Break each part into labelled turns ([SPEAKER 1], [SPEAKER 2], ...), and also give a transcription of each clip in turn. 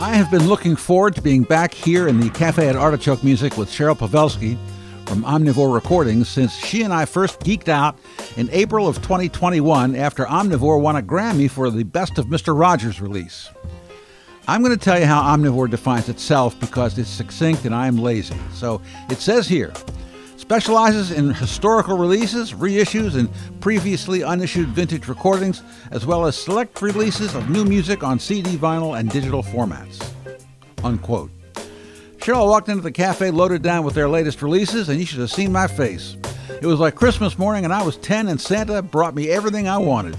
[SPEAKER 1] I've been looking forward to being back here in the Cafe at Artichoke Music with Cheryl Pavelski from Omnivore Recordings since she and I first geeked out in April of 2021 after Omnivore won a Grammy for the Best of Mr. Rogers release. I'm going to tell you how Omnivore defines itself because it's succinct and I'm lazy. So it says here specializes in historical releases, reissues, and previously unissued vintage recordings, as well as select releases of new music on CD, vinyl, and digital formats. Unquote. Cheryl walked into the cafe loaded down with their latest releases, and you should have seen my face. It was like Christmas morning, and I was 10, and Santa brought me everything I wanted.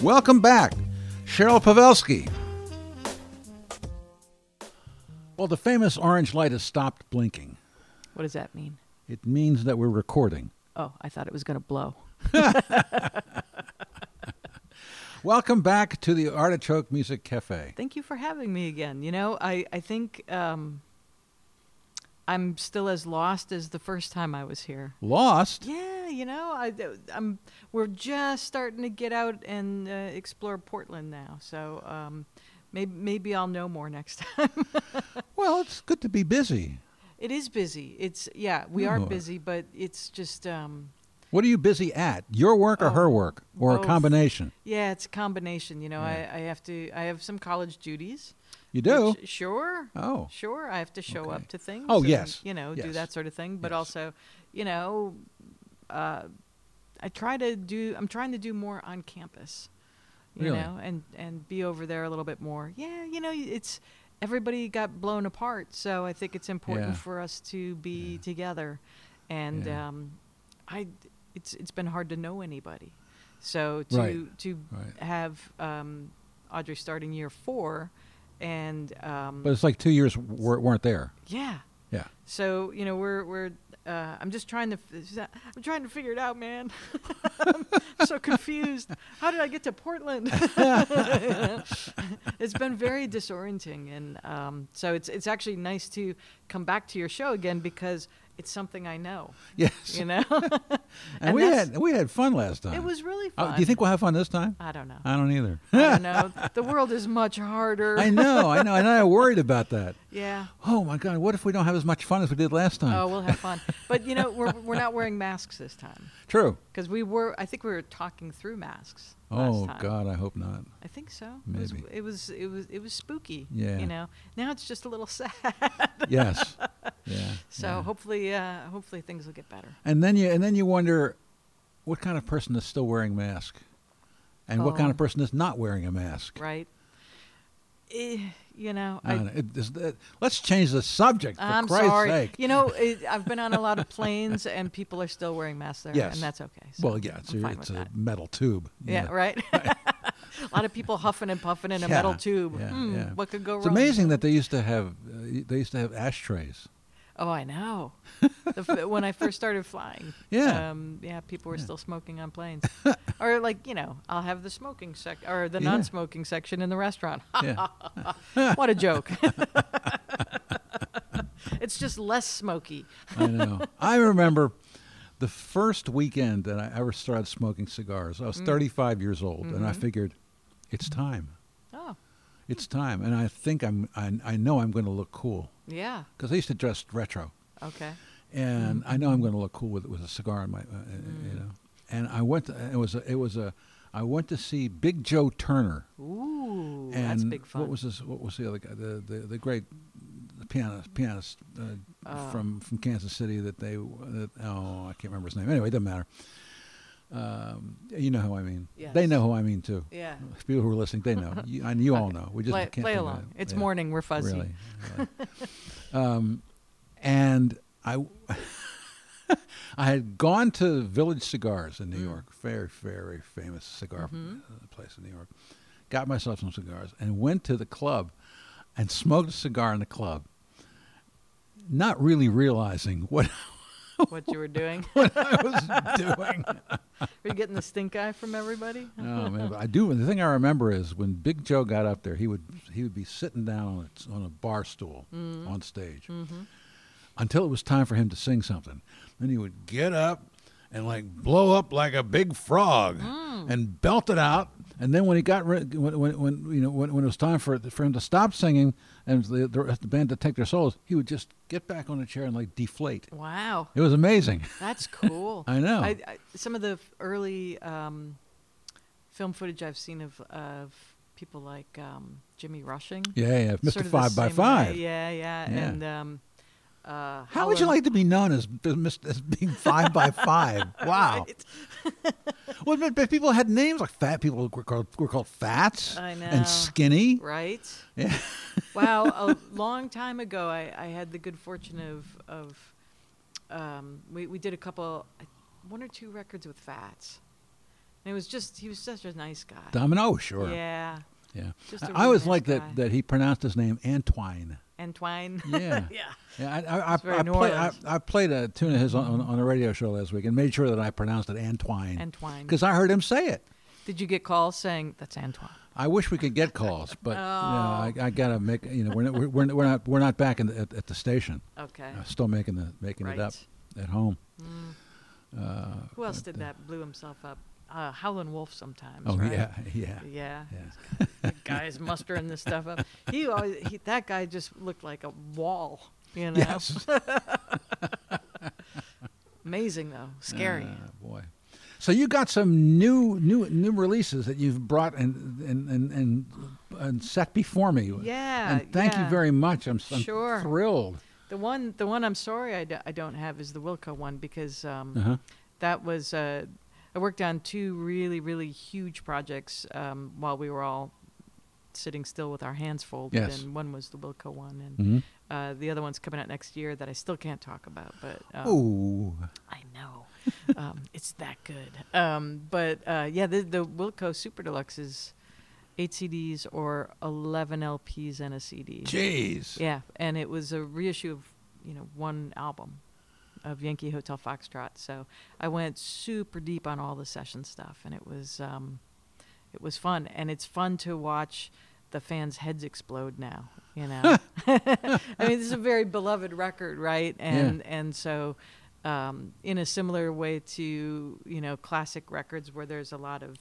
[SPEAKER 1] Welcome back, Cheryl Pavelski. Well, the famous orange light has stopped blinking.
[SPEAKER 2] What does that mean?
[SPEAKER 1] It means that we're recording.
[SPEAKER 2] Oh, I thought it was going to blow.
[SPEAKER 1] Welcome back to the Artichoke Music Cafe.
[SPEAKER 2] Thank you for having me again. You know, I, I think um, I'm still as lost as the first time I was here.
[SPEAKER 1] Lost?
[SPEAKER 2] Yeah, you know, I, am we're just starting to get out and uh, explore Portland now. So um, maybe, maybe I'll know more next time.
[SPEAKER 1] well, it's good to be busy.
[SPEAKER 2] It is busy. It's, yeah, we are busy, but it's just. Um,
[SPEAKER 1] what are you busy at? Your work or
[SPEAKER 2] Oh,
[SPEAKER 1] her work or
[SPEAKER 2] both.
[SPEAKER 1] a combination?
[SPEAKER 2] Yeah, it's a combination. You know, I, I have to. I have some college duties.
[SPEAKER 1] You do?
[SPEAKER 2] which- sure.
[SPEAKER 1] Oh.
[SPEAKER 2] Sure. I have to show
[SPEAKER 1] Okay.
[SPEAKER 2] up to things.
[SPEAKER 1] Oh,
[SPEAKER 2] and,
[SPEAKER 1] yes,
[SPEAKER 2] You know, do
[SPEAKER 1] yes,
[SPEAKER 2] that sort of thing. But
[SPEAKER 1] yes.
[SPEAKER 2] also, you know, uh, I try to do. I'm trying to do more on campus. You
[SPEAKER 1] Really?
[SPEAKER 2] know, and and be over there a little bit more. Yeah. You know, it's everybody got blown apart, so I think it's important
[SPEAKER 1] Yeah.
[SPEAKER 2] for us to be together. And
[SPEAKER 1] Yeah.
[SPEAKER 2] um, I, it's it's been hard to know anybody. So to
[SPEAKER 1] Right.
[SPEAKER 2] to
[SPEAKER 1] Right.
[SPEAKER 2] have um, Audrey starting year four, and um,
[SPEAKER 1] But it's like two years were, weren't there.
[SPEAKER 2] yeah,
[SPEAKER 1] Yeah.
[SPEAKER 2] so you know we're we're uh, I'm just trying to f- I'm trying to figure it out, man. I'm so confused. How did I get to Portland? it's been very disorienting, and um, so it's it's actually nice to come back to your show again because it's something I know.
[SPEAKER 1] Yes.
[SPEAKER 2] You know,
[SPEAKER 1] and,
[SPEAKER 2] and
[SPEAKER 1] we
[SPEAKER 2] that's-
[SPEAKER 1] had we had fun last time.
[SPEAKER 2] it was really fun. Uh,
[SPEAKER 1] Uh, do you think we'll have fun this time?
[SPEAKER 2] I don't know.
[SPEAKER 1] I don't either.
[SPEAKER 2] I don't know. The world is much harder.
[SPEAKER 1] I know, I know, and I worried about that.
[SPEAKER 2] Yeah.
[SPEAKER 1] Oh my God! What if we don't have as much fun as we did last time?
[SPEAKER 2] Oh, we'll have fun. But you know, we're we're not wearing masks this time
[SPEAKER 1] True.
[SPEAKER 2] because we were. I think we were talking through masks.
[SPEAKER 1] Oh
[SPEAKER 2] last time.
[SPEAKER 1] God, I hope not.
[SPEAKER 2] I think so.
[SPEAKER 1] Maybe.
[SPEAKER 2] It was, it was it was it was spooky.
[SPEAKER 1] Yeah.
[SPEAKER 2] You know. Now it's just a little sad.
[SPEAKER 1] Yes. yeah.
[SPEAKER 2] So
[SPEAKER 1] yeah.
[SPEAKER 2] hopefully, uh, hopefully things will get better.
[SPEAKER 1] And then you and then you wonder what kind of person is still wearing mask and what kind of
[SPEAKER 2] Oh.
[SPEAKER 1] person is not wearing a mask.
[SPEAKER 2] Right. Eh, you know.
[SPEAKER 1] I don't know. It- this- that- let's change the subject for
[SPEAKER 2] I'm
[SPEAKER 1] Christ's
[SPEAKER 2] sorry.
[SPEAKER 1] sake.
[SPEAKER 2] You know, it, I've been on a lot of planes, and people are still wearing masks there,
[SPEAKER 1] Yes.
[SPEAKER 2] and that's okay. So
[SPEAKER 1] well, yeah, it's,
[SPEAKER 2] I'm
[SPEAKER 1] a,
[SPEAKER 2] fine
[SPEAKER 1] it's
[SPEAKER 2] with
[SPEAKER 1] a
[SPEAKER 2] that.
[SPEAKER 1] metal tube.
[SPEAKER 2] Yeah, right. a lot of people huffing and puffing in a metal
[SPEAKER 1] Yeah,
[SPEAKER 2] tube.
[SPEAKER 1] yeah,
[SPEAKER 2] Hmm,
[SPEAKER 1] yeah.
[SPEAKER 2] What could go
[SPEAKER 1] It's
[SPEAKER 2] wrong?
[SPEAKER 1] amazing that they used to have uh, they used to have ashtrays.
[SPEAKER 2] Oh, I know. the f- when I first started flying,
[SPEAKER 1] Yeah.
[SPEAKER 2] um, yeah, people were still smoking on planes, or like you know, I'll have the smoking sec or the
[SPEAKER 1] Yeah.
[SPEAKER 2] non-smoking section in the restaurant.
[SPEAKER 1] Yeah.
[SPEAKER 2] what a joke! it's just less smoky.
[SPEAKER 1] I know. I remember the first weekend that I ever started smoking cigars. I
[SPEAKER 2] Mm.
[SPEAKER 1] was 35 years old, and
[SPEAKER 2] Mm-hmm.
[SPEAKER 1] I figured it's time.
[SPEAKER 2] Oh,
[SPEAKER 1] It's time, and I think I'm. I, I know I'm going to look cool
[SPEAKER 2] yeah.
[SPEAKER 1] because I used to dress retro,
[SPEAKER 2] Okay.
[SPEAKER 1] and I
[SPEAKER 2] Mm-hmm.
[SPEAKER 1] know I'm going to look cool with with a cigar in my. Uh, uh,
[SPEAKER 2] Mm.
[SPEAKER 1] You know, and I went. To, it was. A, it was a. I went to see Big Joe Turner.
[SPEAKER 2] Ooh,
[SPEAKER 1] and
[SPEAKER 2] that's big fun.
[SPEAKER 1] What was this? What was the other guy? The the, the great pianist pianist uh,
[SPEAKER 2] Oh.
[SPEAKER 1] from from Kansas City that they that, oh I can't remember his name. Anyway, it doesn't matter. Um, you know who I mean. They
[SPEAKER 2] Yes.
[SPEAKER 1] know who I mean too.
[SPEAKER 2] Yeah.
[SPEAKER 1] People who are listening, they know. You, and you all
[SPEAKER 2] Okay.
[SPEAKER 1] know. We just
[SPEAKER 2] Play,
[SPEAKER 1] can't
[SPEAKER 2] play
[SPEAKER 1] think of
[SPEAKER 2] along.
[SPEAKER 1] it.
[SPEAKER 2] It's
[SPEAKER 1] Yeah,
[SPEAKER 2] morning. We're fuzzy.
[SPEAKER 1] Really. really. um, and I. I had gone to Village Cigars in New York, very, very famous cigar uh, place in New York. Got myself some cigars and went to the club and smoked a cigar in the club, not really realizing what
[SPEAKER 2] What you were doing?
[SPEAKER 1] I was doing.
[SPEAKER 2] Were you getting the stink eye from everybody?
[SPEAKER 1] Oh man, but I do. The thing I remember is when Big Joe got up there, he would he would be sitting down on a, on a bar stool
[SPEAKER 2] Mm.
[SPEAKER 1] on stage
[SPEAKER 2] Mm-hmm.
[SPEAKER 1] until it was time for him to sing something. Then he would
[SPEAKER 2] Mm.
[SPEAKER 1] get up and like blow up like a big frog and belt it out And then when he got rid, when, when, when you know when, when it was time for it- for him to stop singing and the, the, the band to take their solos, he would just get back on the chair and like deflate.
[SPEAKER 2] Wow.
[SPEAKER 1] It was amazing.
[SPEAKER 2] That's cool.
[SPEAKER 1] I know.
[SPEAKER 2] I, I, some of the f- early um, film footage I've seen of, of people like um, Jimmy Rushing.
[SPEAKER 1] Yeah, yeah, Mr.
[SPEAKER 2] sort of the
[SPEAKER 1] Five by
[SPEAKER 2] same way.
[SPEAKER 1] Five.
[SPEAKER 2] Yeah, yeah,
[SPEAKER 1] Yeah.
[SPEAKER 2] and um, uh,
[SPEAKER 1] How would you
[SPEAKER 2] Holland-
[SPEAKER 1] like to be known as, as being five by five? Wow.
[SPEAKER 2] Right.
[SPEAKER 1] Well, but, but people had names like fat people were called, were called fats
[SPEAKER 2] I know.
[SPEAKER 1] and skinny.
[SPEAKER 2] Right.
[SPEAKER 1] Yeah.
[SPEAKER 2] Wow. A long time ago, I, I had the good fortune of of um, we we did a couple one or two records with Fats, and it was just he was such a nice guy.
[SPEAKER 1] Domino, sure.
[SPEAKER 2] Yeah.
[SPEAKER 1] Yeah.
[SPEAKER 2] Just a
[SPEAKER 1] I- I
[SPEAKER 2] really
[SPEAKER 1] always
[SPEAKER 2] nice
[SPEAKER 1] liked
[SPEAKER 2] guy.
[SPEAKER 1] that, that he pronounced his name Antoine.
[SPEAKER 2] Antoine.
[SPEAKER 1] Yeah.
[SPEAKER 2] yeah.
[SPEAKER 1] Yeah, I, I, I,
[SPEAKER 2] It's very
[SPEAKER 1] I,
[SPEAKER 2] New
[SPEAKER 1] play, I,
[SPEAKER 2] Orleans.
[SPEAKER 1] I played a tune of his on, on, on a radio show last week and made sure that I pronounced it Antoine
[SPEAKER 2] Antoine.
[SPEAKER 1] because I heard him say it.
[SPEAKER 2] Did you get calls saying that's Antoine?
[SPEAKER 1] I wish we could get calls, but yeah,
[SPEAKER 2] Oh.
[SPEAKER 1] I, I gotta make you know we're not, we're, we're not- we're not we're not back in the, at, at the station.
[SPEAKER 2] Okay.
[SPEAKER 1] I'm still making the making it up at home.
[SPEAKER 2] Who else did that? Blew himself up. Uh, Howlin' Wolf sometimes.
[SPEAKER 1] Oh
[SPEAKER 2] right?
[SPEAKER 1] yeah, yeah,
[SPEAKER 2] Yeah.
[SPEAKER 1] yeah.
[SPEAKER 2] The guys mustering this stuff up. He always he, that guy just looked like a wall. You know.
[SPEAKER 1] Yes.
[SPEAKER 2] Amazing though. Scary.
[SPEAKER 1] Ah, boy. So you got some new new new releases that you've brought and and and and, and set before me.
[SPEAKER 2] Yeah,
[SPEAKER 1] And thank you
[SPEAKER 2] yeah.
[SPEAKER 1] very much. I'm, s- I'm
[SPEAKER 2] Sure.
[SPEAKER 1] thrilled.
[SPEAKER 2] the one the one I'm sorry I, d- I don't have is the Wilco one because um,
[SPEAKER 1] Uh-huh.
[SPEAKER 2] that was uh, I worked on two really really huge projects um, while we were all sitting still with our hands folded
[SPEAKER 1] Yes.
[SPEAKER 2] and one was the Wilco one and
[SPEAKER 1] Mhm.
[SPEAKER 2] uh, the other one's coming out next year that I still can't talk about but um,
[SPEAKER 1] Oh,
[SPEAKER 2] I know. um, it's that good. Um, but uh, yeah, the, the Wilco Super Deluxe is eight CDs or 11 LPs and a CD.
[SPEAKER 1] jeez.
[SPEAKER 2] Yeah, and it was a reissue of, you know, one album of Yankee Hotel Foxtrot. So I went super deep on all the session stuff, and it was um, it was fun, and it's fun to watch the fans' heads explode now. You know, I mean, this is a very beloved record, right? And and so. Um, in a similar way to you know classic records where there's a lot of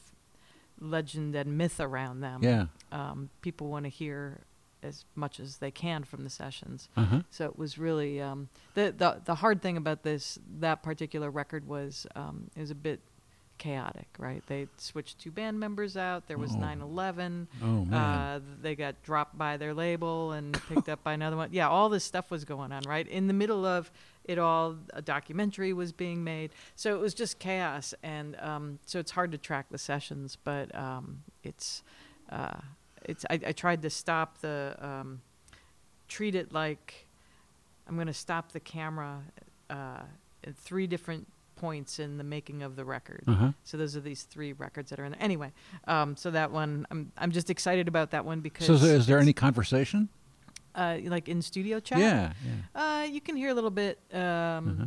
[SPEAKER 2] legend and myth around them
[SPEAKER 1] Yeah.
[SPEAKER 2] um, people want to hear as much as they can from the sessions.
[SPEAKER 1] Uh-huh.
[SPEAKER 2] So it was really um, the, the the hard thing about this that particular record was um, it was a bit chaotic, right? They switched two band members out. There was
[SPEAKER 1] Oh.
[SPEAKER 2] nine eleven.
[SPEAKER 1] Oh man.
[SPEAKER 2] Uh, they got dropped by their label and picked up by another one. Yeah, all this stuff was going on, right? In the middle of it all, a documentary was being made. So it was just chaos. And um, so it's hard to track the sessions, but um, it's, uh, it's I, I tried to stop the, um, treat it like I'm going to stop the camera uh, at three different points in the making of the record.
[SPEAKER 1] Uh-huh.
[SPEAKER 2] So those are these three records that are in there. Anyway, um, so that one, I'm I'm just excited about that one because
[SPEAKER 1] so is there, is there any conversation?
[SPEAKER 2] uh, like in studio chat.
[SPEAKER 1] Yeah. Mm-hmm. yeah.
[SPEAKER 2] Uh, you can hear a little bit um,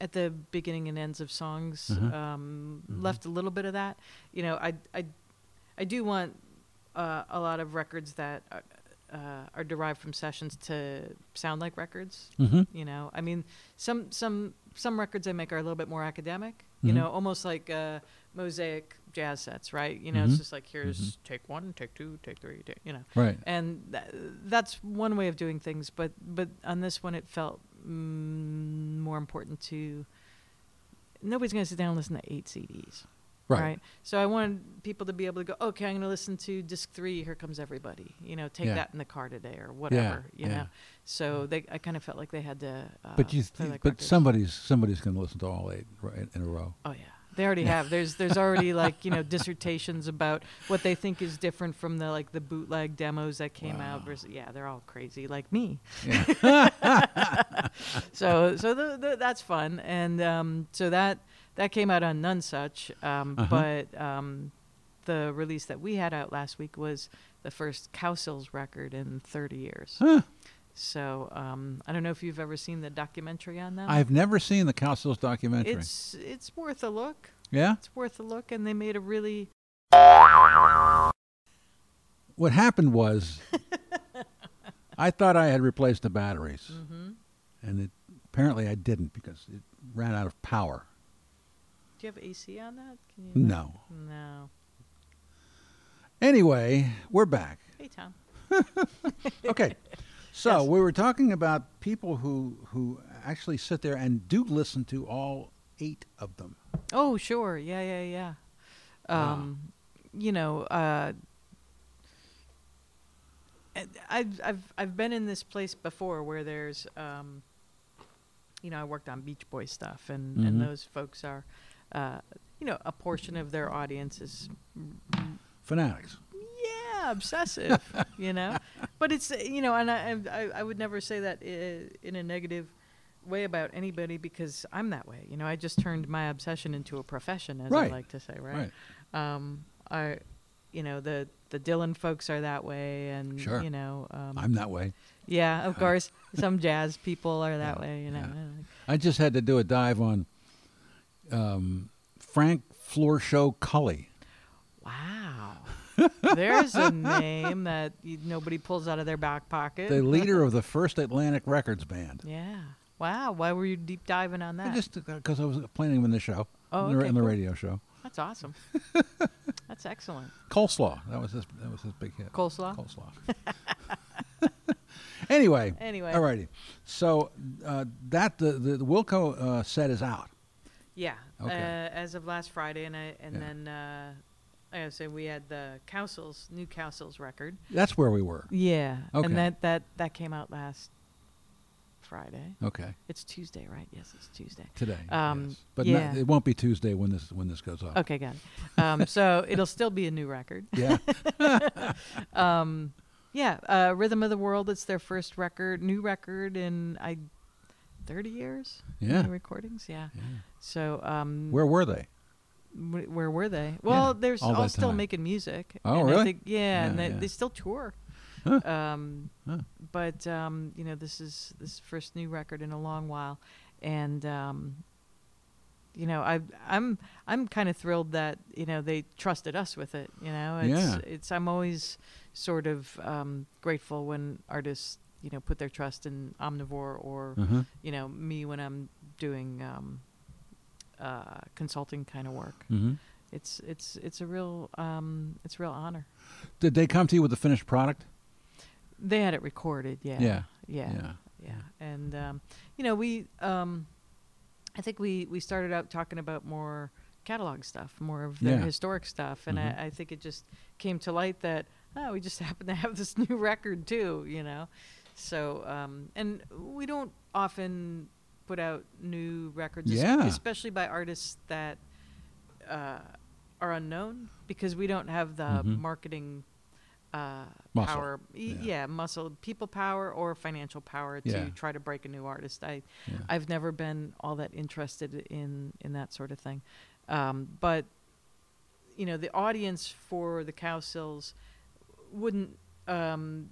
[SPEAKER 2] at the beginning and ends of songs.
[SPEAKER 1] Uh-huh.
[SPEAKER 2] Um, Left a little bit of that. You know, I I I do want uh, a lot of records that are, uh, are derived from sessions to sound like records
[SPEAKER 1] Mhm.
[SPEAKER 2] you know i mean some some some records i make are a little bit more academic you
[SPEAKER 1] Mhm.
[SPEAKER 2] know almost like uh, mosaic jazz sets right you know it's
[SPEAKER 1] Mhm.
[SPEAKER 2] just like here's take one take two take three take, you know
[SPEAKER 1] Right.
[SPEAKER 2] and tha that's one way of doing things but but on this one it felt mm, more important to nobody's going to sit down and listen to eight cds
[SPEAKER 1] Right.
[SPEAKER 2] so i wanted people to be able to go okay i'm going to listen to disc three here comes everybody you know take
[SPEAKER 1] Yeah.
[SPEAKER 2] that in the car today or whatever you
[SPEAKER 1] yeah.
[SPEAKER 2] know so they i kind of felt like they had to uh,
[SPEAKER 1] But you,
[SPEAKER 2] play
[SPEAKER 1] th-
[SPEAKER 2] like
[SPEAKER 1] but
[SPEAKER 2] records.
[SPEAKER 1] somebody's somebody's going to listen to all eight right, in a row.
[SPEAKER 2] Oh yeah, they already have. There's there's already like you know dissertations about what they think is different from the like the bootleg demos that came out. Versus, yeah, they're all crazy like me. so so th th that's fun, and um, so that that came out on None Such, um,
[SPEAKER 1] Uh-huh.
[SPEAKER 2] but um, the release that we had out last week was the first Cowsills record in 30 years.
[SPEAKER 1] Huh.
[SPEAKER 2] So um, I don't know if you've ever seen the documentary on them.
[SPEAKER 1] I've never seen the Council's documentary.
[SPEAKER 2] Uh-huh. it's it's worth a look
[SPEAKER 1] yeah.
[SPEAKER 2] it's worth a look and they made a really
[SPEAKER 1] What happened was, I thought I had replaced the batteries,
[SPEAKER 2] Mm-hmm.
[SPEAKER 1] and it, apparently I didn't because it ran out of power.
[SPEAKER 2] Mm-hmm. do you have ac on that Can you
[SPEAKER 1] No.
[SPEAKER 2] no
[SPEAKER 1] Anyway, we're back.
[SPEAKER 2] Hey, Tom.
[SPEAKER 1] Okay. So we were talking about people who who actually sit there and do listen to all eight of them.
[SPEAKER 2] Oh, sure. Yeah, yeah, yeah.
[SPEAKER 1] Ah.
[SPEAKER 2] Um, You know, uh, and I've I've I've been in this place before where there's, um, you know, I worked on Beach Boy stuff, and and
[SPEAKER 1] Mhm.
[SPEAKER 2] those folks are, uh, you know, a portion of their audience is
[SPEAKER 1] Fanatics.
[SPEAKER 2] yeah obsessive you know but it's uh, you know and I, I i would never say that i- in a negative way about anybody because i'm that way you know i just turned my obsession into a profession as
[SPEAKER 1] Right.
[SPEAKER 2] i like to say right, um i you know the the dylan folks are that way and
[SPEAKER 1] Sure.
[SPEAKER 2] you know um
[SPEAKER 1] I'm that way.
[SPEAKER 2] yeah of course some jazz people are that
[SPEAKER 1] Yeah,
[SPEAKER 2] way you know
[SPEAKER 1] I just had to do a dive on um, Frank Floor Show Cully.
[SPEAKER 2] wow there's a name that you, nobody pulls out of their back pocket
[SPEAKER 1] the leader of the first Atlantic Records band.
[SPEAKER 2] Yeah. Wow. Why were you deep diving on
[SPEAKER 1] I
[SPEAKER 2] that?
[SPEAKER 1] just because I was playing him in the show,
[SPEAKER 2] Oh,
[SPEAKER 1] in, the,
[SPEAKER 2] okay,
[SPEAKER 1] in the
[SPEAKER 2] cool.
[SPEAKER 1] radio show.
[SPEAKER 2] That's awesome. That's excellent.
[SPEAKER 1] Coleslaw. That was his. That was his big hit.
[SPEAKER 2] Coleslaw?
[SPEAKER 1] Coleslaw. anyway.
[SPEAKER 2] Anyway.
[SPEAKER 1] All righty. So uh, that the, the the Wilco uh, set is out.
[SPEAKER 2] Yeah.
[SPEAKER 1] Okay.
[SPEAKER 2] Uh, as of last Friday, and I, and
[SPEAKER 1] Yeah.
[SPEAKER 2] then uh, like I said, we had the Council's new Council's record.
[SPEAKER 1] That's where we were.
[SPEAKER 2] Yeah.
[SPEAKER 1] Okay.
[SPEAKER 2] And that that that came out last Friday.
[SPEAKER 1] Okay.
[SPEAKER 2] It's Tuesday, right? Yes, it's Tuesday.
[SPEAKER 1] Oh. Today.
[SPEAKER 2] Um,
[SPEAKER 1] yes. But
[SPEAKER 2] yeah.
[SPEAKER 1] not, it won't be Tuesday when this when this goes up.
[SPEAKER 2] Okay, got it. Um, so it'll still be a new record.
[SPEAKER 1] Yeah.
[SPEAKER 2] Um, yeah, uh, Rhythm of the World. It's their first record, new record in I, thirty years.
[SPEAKER 1] Yeah.
[SPEAKER 2] New recordings. Yeah.
[SPEAKER 1] yeah.
[SPEAKER 2] So um,
[SPEAKER 1] Where were they?
[SPEAKER 2] wh- where were they? Well, they're s-
[SPEAKER 1] all
[SPEAKER 2] all,
[SPEAKER 1] that
[SPEAKER 2] still
[SPEAKER 1] time.
[SPEAKER 2] making music.
[SPEAKER 1] Oh,
[SPEAKER 2] and I
[SPEAKER 1] really?
[SPEAKER 2] think- yeah, and
[SPEAKER 1] Yeah,
[SPEAKER 2] they,
[SPEAKER 1] yeah.
[SPEAKER 2] they still tour.
[SPEAKER 1] Huh.
[SPEAKER 2] Um,
[SPEAKER 1] Huh.
[SPEAKER 2] But um, you know, this is this is first new record in a long while, and um, you know, I I'm I'm kind of thrilled that you know they trusted us with it. You know, it's
[SPEAKER 1] Yeah.
[SPEAKER 2] it's I'm always sort of um, grateful when artists you know put their trust in Omnivore or
[SPEAKER 1] Uh-huh.
[SPEAKER 2] you know me when I'm doing um, uh, consulting kind of work.
[SPEAKER 1] hmm
[SPEAKER 2] It's it's it's a real um, it's a real honor.
[SPEAKER 1] Did they come to you with the finished product?
[SPEAKER 2] They had it recorded, yeah,
[SPEAKER 1] Yeah,
[SPEAKER 2] yeah, yeah. And um, you know, we um, I think we we started out talking about more catalog stuff, more of the
[SPEAKER 1] Yeah.
[SPEAKER 2] historic stuff, and
[SPEAKER 1] Mhm.
[SPEAKER 2] I, I think it just came to light that oh, we just happen to have this new record too, you know. So um, and we don't often put out new records, es-
[SPEAKER 1] Yeah.
[SPEAKER 2] especially by artists that uh, are unknown because we don't have the
[SPEAKER 1] Mhm.
[SPEAKER 2] marketing uh,
[SPEAKER 1] Muscle.
[SPEAKER 2] power, e-
[SPEAKER 1] Yeah.
[SPEAKER 2] yeah. muscle, people power, or financial power to
[SPEAKER 1] Yeah.
[SPEAKER 2] try to break a new artist. I,
[SPEAKER 1] Yeah.
[SPEAKER 2] I've never been all that interested in in that sort of thing, um, but you know, the audience for the cow sills wouldn't. Um,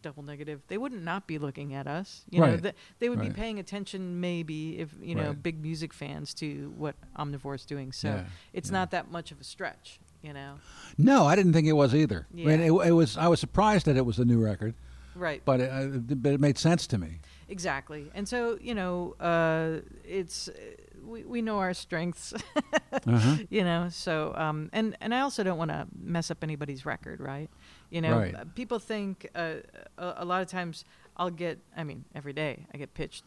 [SPEAKER 2] double negative they wouldn't not be looking at us you know
[SPEAKER 1] Right.
[SPEAKER 2] th- they would
[SPEAKER 1] Right.
[SPEAKER 2] be paying attention maybe if you know
[SPEAKER 1] Right.
[SPEAKER 2] big music fans to what omnivore is doing so
[SPEAKER 1] Yeah,
[SPEAKER 2] it's
[SPEAKER 1] yeah.
[SPEAKER 2] not that much of a stretch you know
[SPEAKER 1] No, I didn't think it was either. I mean,
[SPEAKER 2] Yeah.
[SPEAKER 1] it, it was. I was surprised that it was a new record,
[SPEAKER 2] right
[SPEAKER 1] but it, uh, but it made sense to me.
[SPEAKER 2] Exactly. And so, you know, uh, it's uh, we, we know our strengths,
[SPEAKER 1] Uh-huh.
[SPEAKER 2] you know. So, um, and and I also don't want to mess up anybody's record, right? You know,
[SPEAKER 1] Right.
[SPEAKER 2] uh, people think uh, a, a lot of times I'll get, I mean, every day I get pitched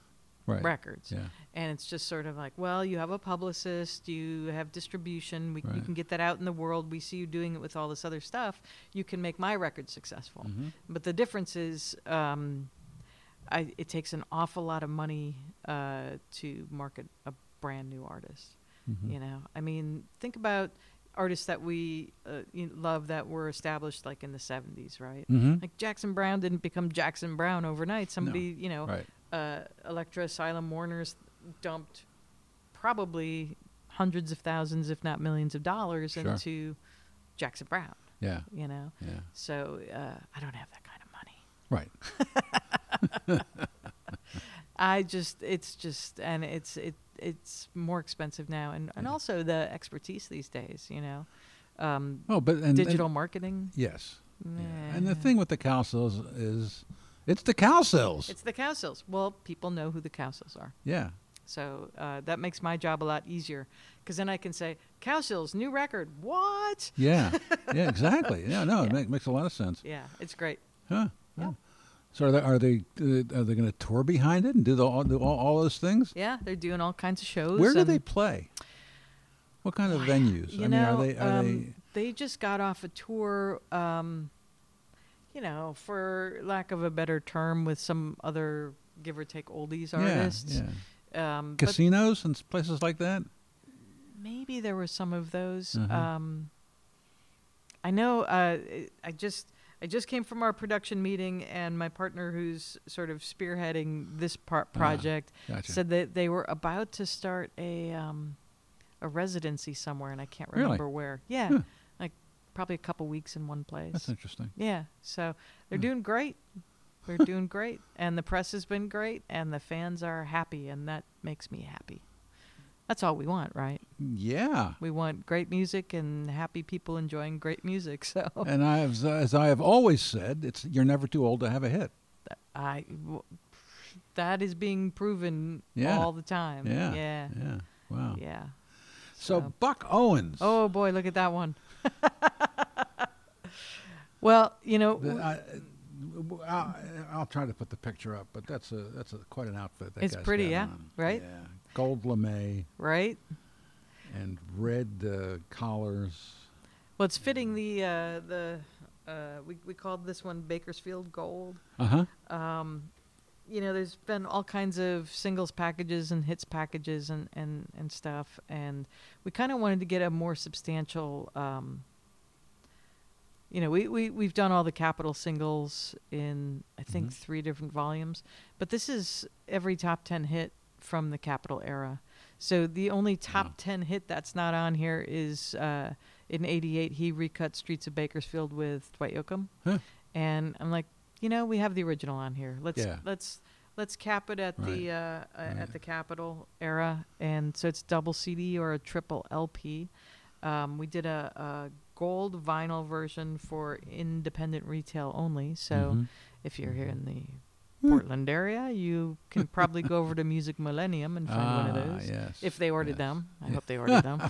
[SPEAKER 1] Right.
[SPEAKER 2] records.
[SPEAKER 1] Yeah.
[SPEAKER 2] And it's just sort of like, well, you have a publicist, you have distribution, we, you
[SPEAKER 1] Right.
[SPEAKER 2] can get that out in the world. We see you doing it with all this other stuff. You can make my record successful.
[SPEAKER 1] Mhm.
[SPEAKER 2] But the difference is, um, I, it takes an awful lot of money uh, to market a brand new artist.
[SPEAKER 1] Mhm.
[SPEAKER 2] You know, I mean, think about artists that we uh, you know, love that were established like in the 70s, right?
[SPEAKER 1] Mhm.
[SPEAKER 2] Like Jackson Brown didn't become Jackson Brown overnight. Somebody, you know,
[SPEAKER 1] Right.
[SPEAKER 2] uh, Electra Asylum Warners dumped probably hundreds of thousands, if not millions of dollars
[SPEAKER 1] Sure.
[SPEAKER 2] into Jackson Brown,
[SPEAKER 1] Yeah.
[SPEAKER 2] you know?
[SPEAKER 1] Yeah.
[SPEAKER 2] So uh, I don't have that kind of money.
[SPEAKER 1] Right.
[SPEAKER 2] I just, it's just, and it's, it, it's more expensive now. And, and
[SPEAKER 1] Yeah.
[SPEAKER 2] also the expertise these days, you know, um,
[SPEAKER 1] Oh, but and
[SPEAKER 2] digital
[SPEAKER 1] and-
[SPEAKER 2] marketing.
[SPEAKER 1] yes. Yeah. And
[SPEAKER 2] Nah.
[SPEAKER 1] the thing with the cow cells is, it's the cow cells.
[SPEAKER 2] it's the cow sills. Well, people know who the cow sills are.
[SPEAKER 1] yeah.
[SPEAKER 2] So uh, that makes my job a lot easier because then I can say, Cowsills, new record. What?
[SPEAKER 1] Yeah. Yeah, exactly. Yeah, no, it
[SPEAKER 2] Yeah.
[SPEAKER 1] makes, makes a lot of sense.
[SPEAKER 2] Yeah, it's great.
[SPEAKER 1] Huh.
[SPEAKER 2] Yeah.
[SPEAKER 1] huh. So are they are they uh, are they going to tour behind it and do the all do all, all those things?
[SPEAKER 2] Yeah, they're doing all kinds of shows.
[SPEAKER 1] Where do they
[SPEAKER 2] and-
[SPEAKER 1] play? What kind of venues?
[SPEAKER 2] You
[SPEAKER 1] I mean,
[SPEAKER 2] know,
[SPEAKER 1] are they are
[SPEAKER 2] um, they... just got off a tour, um, you know, for lack of a better term, with some other give or take oldies
[SPEAKER 1] they
[SPEAKER 2] artists.
[SPEAKER 1] Yeah, yeah.
[SPEAKER 2] Um, but
[SPEAKER 1] casinos and s- places like that?
[SPEAKER 2] maybe there were some of those.
[SPEAKER 1] Uh-huh.
[SPEAKER 2] Um, I know. Uh, it- I just I just came from our production meeting, and my partner, who's sort of spearheading this part
[SPEAKER 1] Ah,
[SPEAKER 2] project,
[SPEAKER 1] Gotcha.
[SPEAKER 2] said that they were about to start a um, a residency somewhere, and I can't
[SPEAKER 1] Really?
[SPEAKER 2] remember where. Yeah,
[SPEAKER 1] Huh.
[SPEAKER 2] like probably a couple weeks in one place.
[SPEAKER 1] That's interesting.
[SPEAKER 2] yeah, so they're
[SPEAKER 1] Hmm.
[SPEAKER 2] doing great. They're doing great, and the press has been great, and the fans are happy, and that makes me happy. That's all we want, right?
[SPEAKER 1] Yeah.
[SPEAKER 2] We want great music and happy people enjoying great music. So
[SPEAKER 1] And I have, as I have always said, it's you're never too old to have a hit.
[SPEAKER 2] I, w- that is being proven
[SPEAKER 1] Yeah.
[SPEAKER 2] all the time.
[SPEAKER 1] Yeah.
[SPEAKER 2] yeah,
[SPEAKER 1] Yeah. Wow.
[SPEAKER 2] yeah.
[SPEAKER 1] So
[SPEAKER 2] So-
[SPEAKER 1] Buck Owens.
[SPEAKER 2] Oh boy, look at that one. well, you know,
[SPEAKER 1] The- uh, I, I, I'll try to put the picture up, but that's a that's a, quite an outfit. That
[SPEAKER 2] It's
[SPEAKER 1] guy's
[SPEAKER 2] pretty,
[SPEAKER 1] got
[SPEAKER 2] yeah,
[SPEAKER 1] on.
[SPEAKER 2] right?
[SPEAKER 1] Yeah, gold lame
[SPEAKER 2] right?
[SPEAKER 1] and red uh, collars.
[SPEAKER 2] Well, it's fitting the uh, the uh, we we called this one Bakersfield Gold.
[SPEAKER 1] Uh huh.
[SPEAKER 2] Um, you know, there's been all kinds of singles packages and hits packages and and and stuff, and we kind of wanted to get a more substantial. Um, you know, we, we, we've done all the capital singles in, I think,
[SPEAKER 1] Mhm.
[SPEAKER 2] three different volumes, but this is every top 10 hit from the capital era. So the only top
[SPEAKER 1] Wow.
[SPEAKER 2] 10 hit that's not on here is uh, in 88, he recut Streets of Bakersfield with Dwight Yoakam.
[SPEAKER 1] Huh.
[SPEAKER 2] And I'm like, you know, we have the original on here. Let's,
[SPEAKER 1] Yeah.
[SPEAKER 2] let's, let's cap it at the uh, uh,
[SPEAKER 1] Right.
[SPEAKER 2] at the Capitol era, and so it's double CD or a triple LP. Um, we did a, a gold vinyl version for independent retail only. So
[SPEAKER 1] Mhm.
[SPEAKER 2] if you're here in the
[SPEAKER 1] Hmm.
[SPEAKER 2] Portland area, you can probably go over to Music Millennium and find one of
[SPEAKER 1] Ah,
[SPEAKER 2] those.
[SPEAKER 1] Yes.
[SPEAKER 2] If they
[SPEAKER 1] yes.
[SPEAKER 2] ordered them, I hope they ordered them.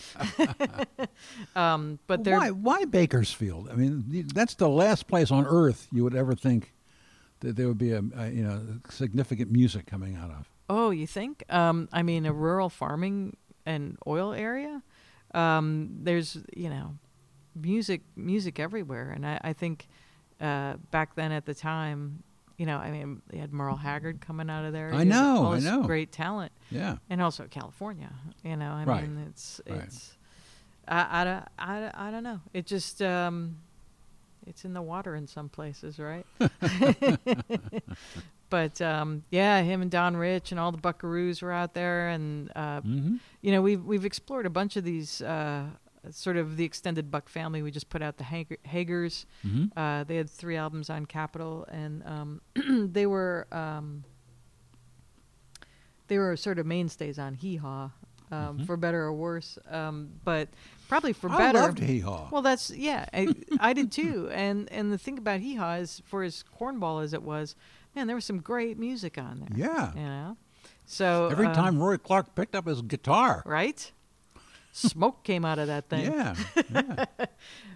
[SPEAKER 2] um, but they're
[SPEAKER 1] why why Bakersfield? I mean, y- that's the last place on earth you would ever think that there would be a, a you know significant music coming out of.
[SPEAKER 2] Oh, you think? Um, I mean, a rural farming and oil area. Um, there's you know, music music everywhere, and I, I think uh, back then at the time, you know, I mean, they had Merle Haggard coming out of there.
[SPEAKER 1] I
[SPEAKER 2] You
[SPEAKER 1] know,
[SPEAKER 2] all
[SPEAKER 1] I
[SPEAKER 2] this
[SPEAKER 1] know.
[SPEAKER 2] great talent,
[SPEAKER 1] Yeah.
[SPEAKER 2] and also California. You know, I
[SPEAKER 1] Right.
[SPEAKER 2] mean, it's
[SPEAKER 1] Right.
[SPEAKER 2] it's. I, I, don't- I, don't- I don't know. It just um, it's in the water in some places, right? but um, yeah, him and Don Rich and all the Buckaroos were out there, and uh,
[SPEAKER 1] Mm-hmm.
[SPEAKER 2] you know we've we've explored a bunch of these uh, sort of the extended Buck family. We just put out the Hager- Hagers.
[SPEAKER 1] Mm-hmm.
[SPEAKER 2] Uh, they had three albums on Capitol, and um, they were um, they were sort of mainstays on Hee Haw, um,
[SPEAKER 1] Mhm.
[SPEAKER 2] for better or worse. Um, but probably for
[SPEAKER 1] I
[SPEAKER 2] better.
[SPEAKER 1] loved Hee Haw.
[SPEAKER 2] Well, that's yeah, I, I did too. And and the thing about Hee Haw is, for as cornball as it was, man, there was some great music on there.
[SPEAKER 1] yeah.
[SPEAKER 2] you know, so
[SPEAKER 1] Every
[SPEAKER 2] um,
[SPEAKER 1] time Roy Clark picked up his guitar.
[SPEAKER 2] right? Smoke came out of that thing.
[SPEAKER 1] Yeah. yeah.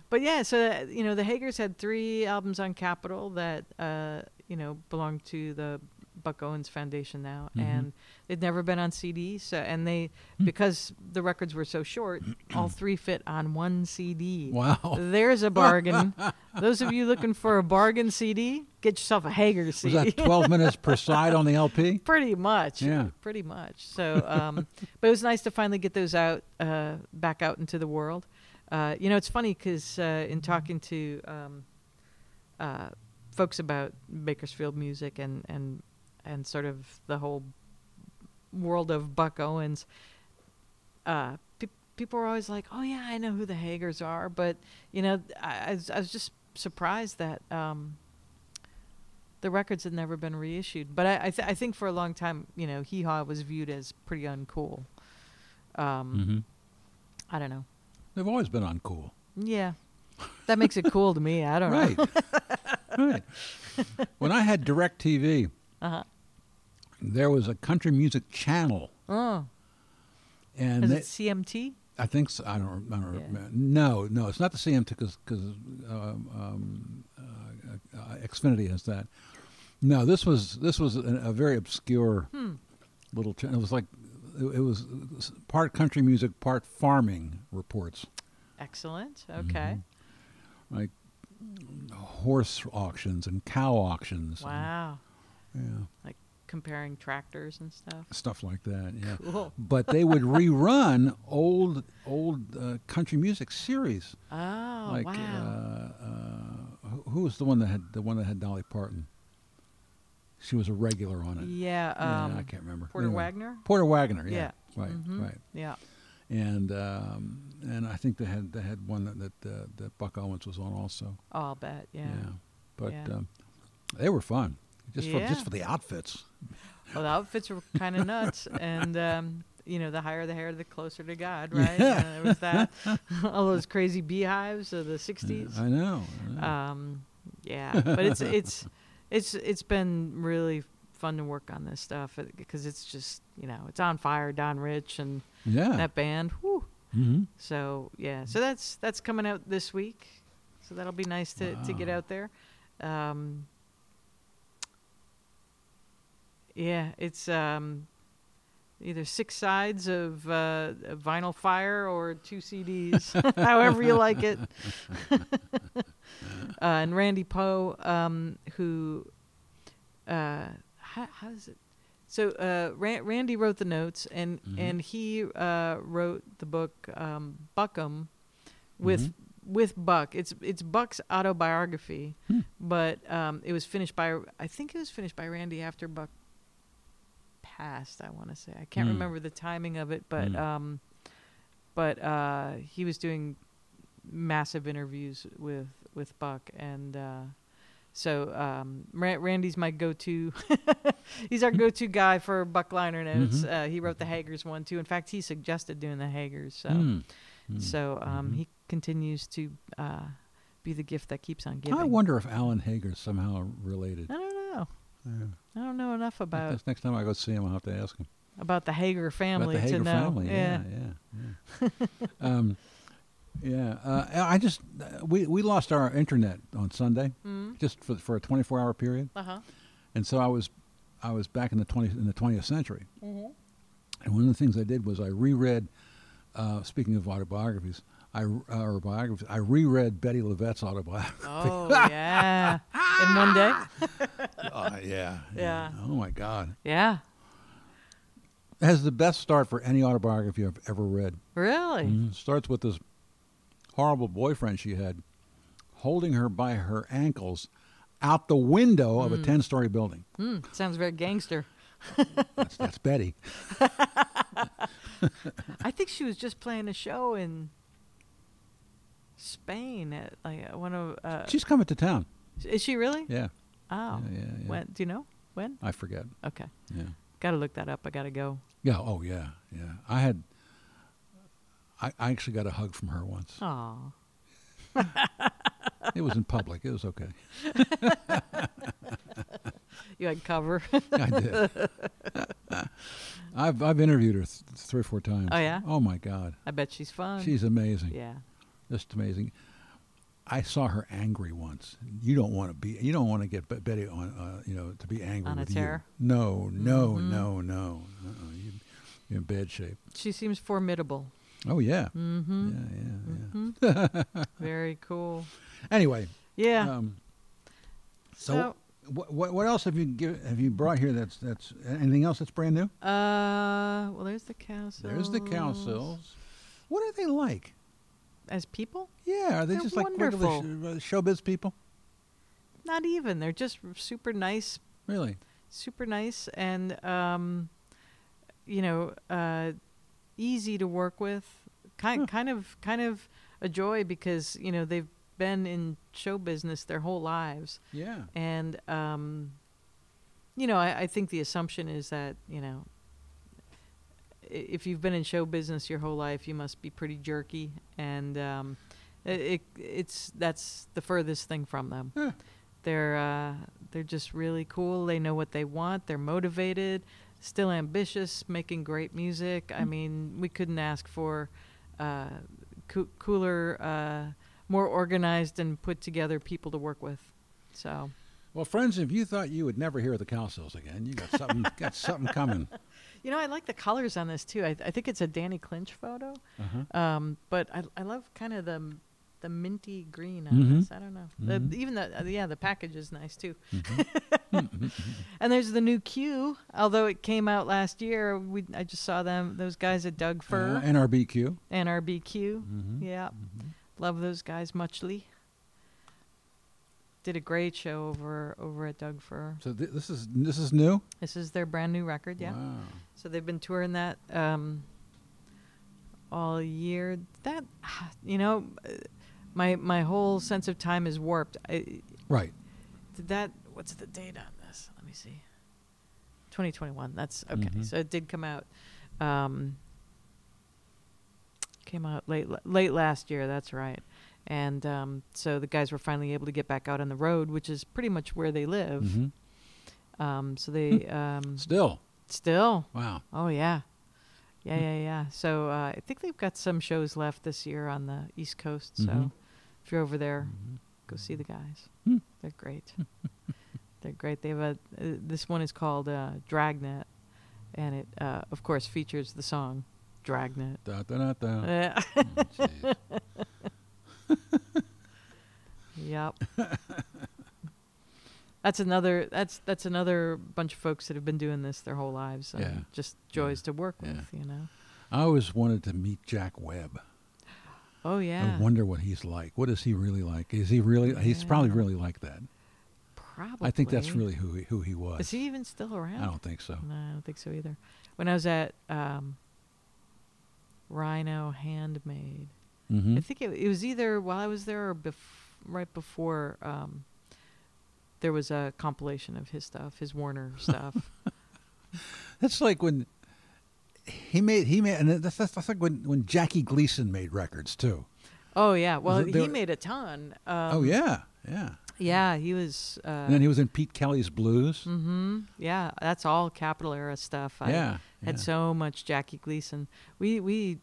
[SPEAKER 2] But yeah, so uh, you know, the Hagers had three albums on Capitol that uh, you know belong to the Buck Owens Foundation now,
[SPEAKER 1] Mhm.
[SPEAKER 2] and they'd never been on CD. So and they
[SPEAKER 1] Hmm.
[SPEAKER 2] because the records were so short, all three fit on one CD.
[SPEAKER 1] Wow.
[SPEAKER 2] There's a bargain. Those of you looking for a bargain CD, get yourself a Hager
[SPEAKER 1] Was
[SPEAKER 2] CD.
[SPEAKER 1] that 12 minutes per side on the LP?
[SPEAKER 2] pretty much
[SPEAKER 1] Yeah.
[SPEAKER 2] pretty much so um but it was nice to finally get those out uh back out into the world uh you know it's funny because uh in talking to um uh folks about bakersfield music and and and sort of the whole world of buck owens uh pe- people are always like oh yeah i know who the hagers are but you know i, I, was, I was just surprised that um the records had never been reissued. But I, I, th- I think for a long time, you know, Hee Haw was viewed as pretty uncool. Um,
[SPEAKER 1] Mm-hmm.
[SPEAKER 2] I don't know.
[SPEAKER 1] They've always been uncool.
[SPEAKER 2] Yeah, that makes it cool to me. I don't
[SPEAKER 1] Right.
[SPEAKER 2] know.
[SPEAKER 1] right. When I had DirecTV,
[SPEAKER 2] Uh-huh.
[SPEAKER 1] there was a country music channel
[SPEAKER 2] Oh,
[SPEAKER 1] And
[SPEAKER 2] is
[SPEAKER 1] they-
[SPEAKER 2] it CMT?
[SPEAKER 1] I think so. I don't remember.
[SPEAKER 2] Yeah.
[SPEAKER 1] No, no, it's not the CMT because because um, um, uh, uh, Xfinity has that. No, this was this was a, a very obscure
[SPEAKER 2] Hmm.
[SPEAKER 1] little. Ch- it was like it, it was part country music, part farming reports,
[SPEAKER 2] Excellent.
[SPEAKER 1] Mm-hmm.
[SPEAKER 2] Okay.
[SPEAKER 1] like horse auctions and cow auctions,
[SPEAKER 2] Wow.
[SPEAKER 1] and,
[SPEAKER 2] Like comparing tractors and stuff.
[SPEAKER 1] yeah, stuff like that. Yeah,
[SPEAKER 2] Cool.
[SPEAKER 1] but they would rerun old old uh, country music series.
[SPEAKER 2] Oh,
[SPEAKER 1] like
[SPEAKER 2] wow.
[SPEAKER 1] uh, uh, who- who was the one that had the one that had Dolly Parton? She was a regular on it.
[SPEAKER 2] yeah.
[SPEAKER 1] uh, Yeah,
[SPEAKER 2] Um,
[SPEAKER 1] I can't remember.
[SPEAKER 2] Porter
[SPEAKER 1] Anyway,
[SPEAKER 2] Wagner?
[SPEAKER 1] Porter Wagner. Yeah.
[SPEAKER 2] Yeah.
[SPEAKER 1] Right.
[SPEAKER 2] Mhm.
[SPEAKER 1] Right.
[SPEAKER 2] Yeah.
[SPEAKER 1] And um, and I think they had they had one that that, uh, that Buck Owens was on also.
[SPEAKER 2] Oh, I'll bet. Yeah.
[SPEAKER 1] But
[SPEAKER 2] Yeah.
[SPEAKER 1] Um, they were fun. Just for
[SPEAKER 2] Yeah.
[SPEAKER 1] just for the outfits.
[SPEAKER 2] Well, the outfits were kind of nuts. And, um, you know, the higher the hair, the closer to God, right?
[SPEAKER 1] Yeah.
[SPEAKER 2] Uh, there was that. all those crazy beehives of the 60s.
[SPEAKER 1] I know. I know.
[SPEAKER 2] um, yeah but it's it's it's it's been really fun to work on this stuff because it's just you know it's on fire don rich and
[SPEAKER 1] yeah.
[SPEAKER 2] that band whew.
[SPEAKER 1] hmm
[SPEAKER 2] so yeah so that's that's coming out this week so that'll be nice to, to get
[SPEAKER 1] Wow.
[SPEAKER 2] out there um, yeah it's um, either six sides of uh, of vinyl fire or two cds however you like it uh, and randy poe um, who uh, how, how is it so uh, Ran- randy wrote the notes and
[SPEAKER 1] Mhm.
[SPEAKER 2] and he uh, wrote the book um, buckham with with buck it's it's buck's autobiography
[SPEAKER 1] Mm-hmm. Hmm.
[SPEAKER 2] but um, it was finished by i think it was finished by randy after buck passed i want to say i can't
[SPEAKER 1] Hmm.
[SPEAKER 2] remember the timing of it but
[SPEAKER 1] Hmm.
[SPEAKER 2] um but uh he was doing massive interviews with with Buck and uh so um Ra- Randy's my go-to he's
[SPEAKER 1] Mm-hmm.
[SPEAKER 2] our go-to guy for Buck liner notes uh he wrote the Hagers one too in fact he suggested doing the Hagers so
[SPEAKER 1] Mm. Mm.
[SPEAKER 2] so um
[SPEAKER 1] Mhm.
[SPEAKER 2] he continues to uh be the gift that keeps on giving
[SPEAKER 1] I wonder if Alan Hager is somehow related.
[SPEAKER 2] I don't know
[SPEAKER 1] Yeah.
[SPEAKER 2] I don't know enough about
[SPEAKER 1] Next- next time I go see him, I'll have to ask him.
[SPEAKER 2] about the Hager family
[SPEAKER 1] about the Hager
[SPEAKER 2] to know
[SPEAKER 1] family. Yeah, yeah. yeah. um, yeah. Uh, I just uh, we we lost our internet on Sunday
[SPEAKER 2] Mhm.
[SPEAKER 1] just for for a 24 hour period,
[SPEAKER 2] uh-huh
[SPEAKER 1] and so I was I was back in the 20 in the 20th century.
[SPEAKER 2] Mhm.
[SPEAKER 1] And one of the things I did was I reread. Uh, speaking of autobiographies, I uh, or biographies, I reread Betty Levette's autobiography.
[SPEAKER 2] oh yeah in one day
[SPEAKER 1] Uh, yeah,
[SPEAKER 2] Yeah.
[SPEAKER 1] Oh my God,
[SPEAKER 2] yeah
[SPEAKER 1] it has the best start for any autobiography I've ever read.
[SPEAKER 2] really
[SPEAKER 1] Mhm. Starts with this horrible boyfriend she had holding her by her ankles out the window of a 10 story building.
[SPEAKER 2] Mm, sounds very gangster.
[SPEAKER 1] That's, that's Betty.
[SPEAKER 2] I think she was just playing a show in Spain at like uh, one of. Uh,
[SPEAKER 1] She's coming to town.
[SPEAKER 2] is she really?
[SPEAKER 1] Yeah,
[SPEAKER 2] Oh,
[SPEAKER 1] yeah, yeah, Uh. yeah.
[SPEAKER 2] when do you know when?
[SPEAKER 1] I forget.
[SPEAKER 2] Okay,
[SPEAKER 1] Yeah.
[SPEAKER 2] gotta look that up. I gotta go.
[SPEAKER 1] Yeah. Oh, yeah. Yeah. I had, I, I actually got a hug from her once.
[SPEAKER 2] Oh,
[SPEAKER 1] It was in public. It was okay.
[SPEAKER 2] you had cover.
[SPEAKER 1] I did. I've, I've interviewed her th- three or four times.
[SPEAKER 2] Oh, yeah?
[SPEAKER 1] Oh, my God.
[SPEAKER 2] I bet she's fun.
[SPEAKER 1] She's amazing.
[SPEAKER 2] yeah.
[SPEAKER 1] Just amazing. I saw her angry once. You don't want to be. You don't want to get Bet- Betty on. Uh, you know, to be angry
[SPEAKER 2] On a
[SPEAKER 1] with
[SPEAKER 2] tear? Mm-hmm.
[SPEAKER 1] you. No, no, no, no. Uh-uh. You, you're in bad shape.
[SPEAKER 2] She seems formidable.
[SPEAKER 1] Oh yeah,
[SPEAKER 2] Mm-hmm.
[SPEAKER 1] yeah, yeah, yeah.
[SPEAKER 2] Very cool.
[SPEAKER 1] Anyway,
[SPEAKER 2] Yeah.
[SPEAKER 1] um, so, what, what what else have you give, have you brought here? That's that's anything else that's brand new?
[SPEAKER 2] so uh, well, there's the council.
[SPEAKER 1] There's the councils. What are they like?
[SPEAKER 2] As people.
[SPEAKER 1] Yeah, are they
[SPEAKER 2] They're
[SPEAKER 1] just like regular sh-
[SPEAKER 2] wonderful.
[SPEAKER 1] uh, showbiz people?
[SPEAKER 2] Not even. They're just r- super nice
[SPEAKER 1] Really?
[SPEAKER 2] super nice and um, you know uh, easy to work with kind
[SPEAKER 1] Huh.
[SPEAKER 2] kind of kind of a joy because you know they've been in show business their whole lives
[SPEAKER 1] Yeah.
[SPEAKER 2] and um, you know I, I think the assumption is that you know i- if you've been in show business your whole life you must be pretty jerky and um, i- it, it's that's the furthest thing from them
[SPEAKER 1] Huh.
[SPEAKER 2] they're uh, they're just really cool. They know what they want. They're motivated. still ambitious, making great music.
[SPEAKER 1] Hmm.
[SPEAKER 2] I mean, we couldn't ask for uh, coo- cooler, uh, more organized and put together people to work with. So,
[SPEAKER 1] Well, friends, if you thought you would never hear the cow cells again, you got something got something coming.
[SPEAKER 2] you know, I like the colors on this too. I, I think it's a Danny Clinch photo,
[SPEAKER 1] Uh-huh.
[SPEAKER 2] um, but I, I love kind of the m- the minty green on
[SPEAKER 1] Mhm.
[SPEAKER 2] this. I don't know.
[SPEAKER 1] Mhm.
[SPEAKER 2] The, even the uh, yeah, the package is nice too. And there's the new Q. Although it came out last year, we I just saw them those guys at Doug Fur.
[SPEAKER 1] Uh, NRBQ.
[SPEAKER 2] NRBQ.
[SPEAKER 1] Mhm.
[SPEAKER 2] Mm-hmm. Yeah. Love those guys muchly. Did a great show over over at Doug Fur.
[SPEAKER 1] So th- this is this is new.
[SPEAKER 2] This is their brand new record, yeah.
[SPEAKER 1] Wow.
[SPEAKER 2] So they've been touring that um, all year. That you know, uh, my my whole sense of time is warped. I,
[SPEAKER 1] Right.
[SPEAKER 2] did that what's the date on this let me see 2021 that's okay
[SPEAKER 1] Mhm.
[SPEAKER 2] so it did come out um came out late la- late last year that's right and um so the guys were finally able to get back out on the road which is pretty much where they live
[SPEAKER 1] Mhm.
[SPEAKER 2] um so they um
[SPEAKER 1] Still.
[SPEAKER 2] still
[SPEAKER 1] Wow.
[SPEAKER 2] oh yeah yeah
[SPEAKER 1] Hmm.
[SPEAKER 2] yeah yeah so uh, i think they've got some shows left this year on the east coast
[SPEAKER 1] Mhm.
[SPEAKER 2] so if you're over there go see the guys.
[SPEAKER 1] Hmm.
[SPEAKER 2] They're great. They're great. They have a uh, this one is called uh, Dragnet, and it uh, of course features the song Dragnet.
[SPEAKER 1] Da, da, da, da.
[SPEAKER 2] Yeah.
[SPEAKER 1] Oh, jeez.
[SPEAKER 2] yep. that's another. That's that's another bunch of folks that have been doing this their whole lives. and
[SPEAKER 1] Yeah.
[SPEAKER 2] Just joys to work
[SPEAKER 1] Yeah.
[SPEAKER 2] with, you know.
[SPEAKER 1] I always wanted to meet Jack Webb.
[SPEAKER 2] Oh yeah.
[SPEAKER 1] I wonder what he's like. What is he really like? Is he really? He's
[SPEAKER 2] Yeah.
[SPEAKER 1] probably really like that.
[SPEAKER 2] Probably.
[SPEAKER 1] I think that's really who he, who he was.
[SPEAKER 2] Is he even still around?
[SPEAKER 1] I don't think so.
[SPEAKER 2] No, I don't think so either. When I was at um, Rhino Handmade,
[SPEAKER 1] hmm
[SPEAKER 2] I think it, it was either while I was there or bef- right before um, there was a compilation of his stuff, his Warner stuff.
[SPEAKER 1] That's like when he made he made, and that's that's, that's like when when Jackie Gleason made records too.
[SPEAKER 2] oh yeah, well
[SPEAKER 1] it- there
[SPEAKER 2] he
[SPEAKER 1] were-
[SPEAKER 2] made a ton. Um,
[SPEAKER 1] oh yeah, yeah.
[SPEAKER 2] yeah, he was. Uh,
[SPEAKER 1] And then he was in Pete Kelly's Blues.
[SPEAKER 2] hmm Yeah, that's all Capitol era stuff. I
[SPEAKER 1] yeah, yeah.
[SPEAKER 2] had so much Jackie Gleason. We we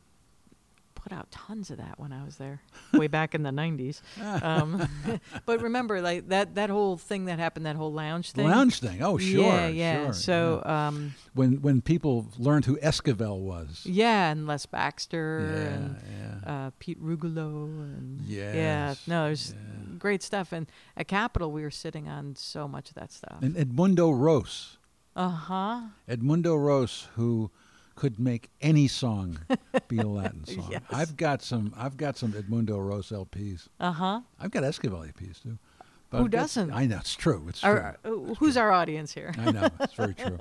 [SPEAKER 2] put out tons of that when I was there, way back in the '90s. Um, but remember, like that that whole thing that happened, that whole lounge thing.
[SPEAKER 1] lounge thing. Oh sure,
[SPEAKER 2] yeah, yeah.
[SPEAKER 1] sure,
[SPEAKER 2] so, Um,
[SPEAKER 1] yeah. when when people learned who Esquivel was,
[SPEAKER 2] yeah, and Les Baxter
[SPEAKER 1] yeah,
[SPEAKER 2] and
[SPEAKER 1] yeah.
[SPEAKER 2] uh, Pete Rugolo and yeah,
[SPEAKER 1] Yes,
[SPEAKER 2] no, there's
[SPEAKER 1] yeah.
[SPEAKER 2] great stuff. And at Capitol, we were sitting on so much of that stuff.
[SPEAKER 1] and Edmundo Rose.
[SPEAKER 2] Uh huh.
[SPEAKER 1] Edmundo Rose, who could make any song be a Latin song.
[SPEAKER 2] Yes.
[SPEAKER 1] I've got some. I've got some Edmundo Rose LPs.
[SPEAKER 2] Uh huh.
[SPEAKER 1] I've got Esquivel LPs too.
[SPEAKER 2] Who
[SPEAKER 1] I've got-
[SPEAKER 2] doesn't?
[SPEAKER 1] I know it's true. It's true.
[SPEAKER 2] Our, uh, who's our audience here?
[SPEAKER 1] I know it's very true.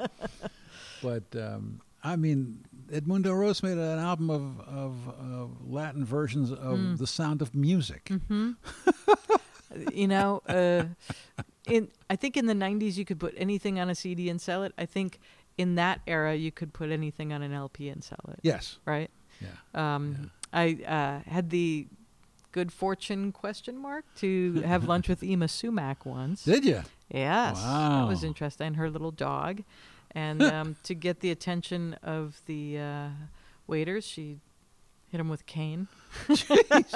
[SPEAKER 1] But um, I mean, Edmundo Rose made an album of of, of Latin versions of
[SPEAKER 2] Mm.
[SPEAKER 1] the sound of music.
[SPEAKER 2] hmm you know, uh, in I think in the '90s you could put anything on a CD and sell it. I think in that era you could put anything on an LP and sell it.
[SPEAKER 1] Yes.
[SPEAKER 2] Right.
[SPEAKER 1] Yeah.
[SPEAKER 2] Um, I uh, had the good fortune question mark to have lunch with Ema Sumac once.
[SPEAKER 1] Did you?
[SPEAKER 2] Yes, that was
[SPEAKER 1] Wow.
[SPEAKER 2] interesting. And her little dog, and um, to get the attention of the uh, waiters, she hit him with a cane.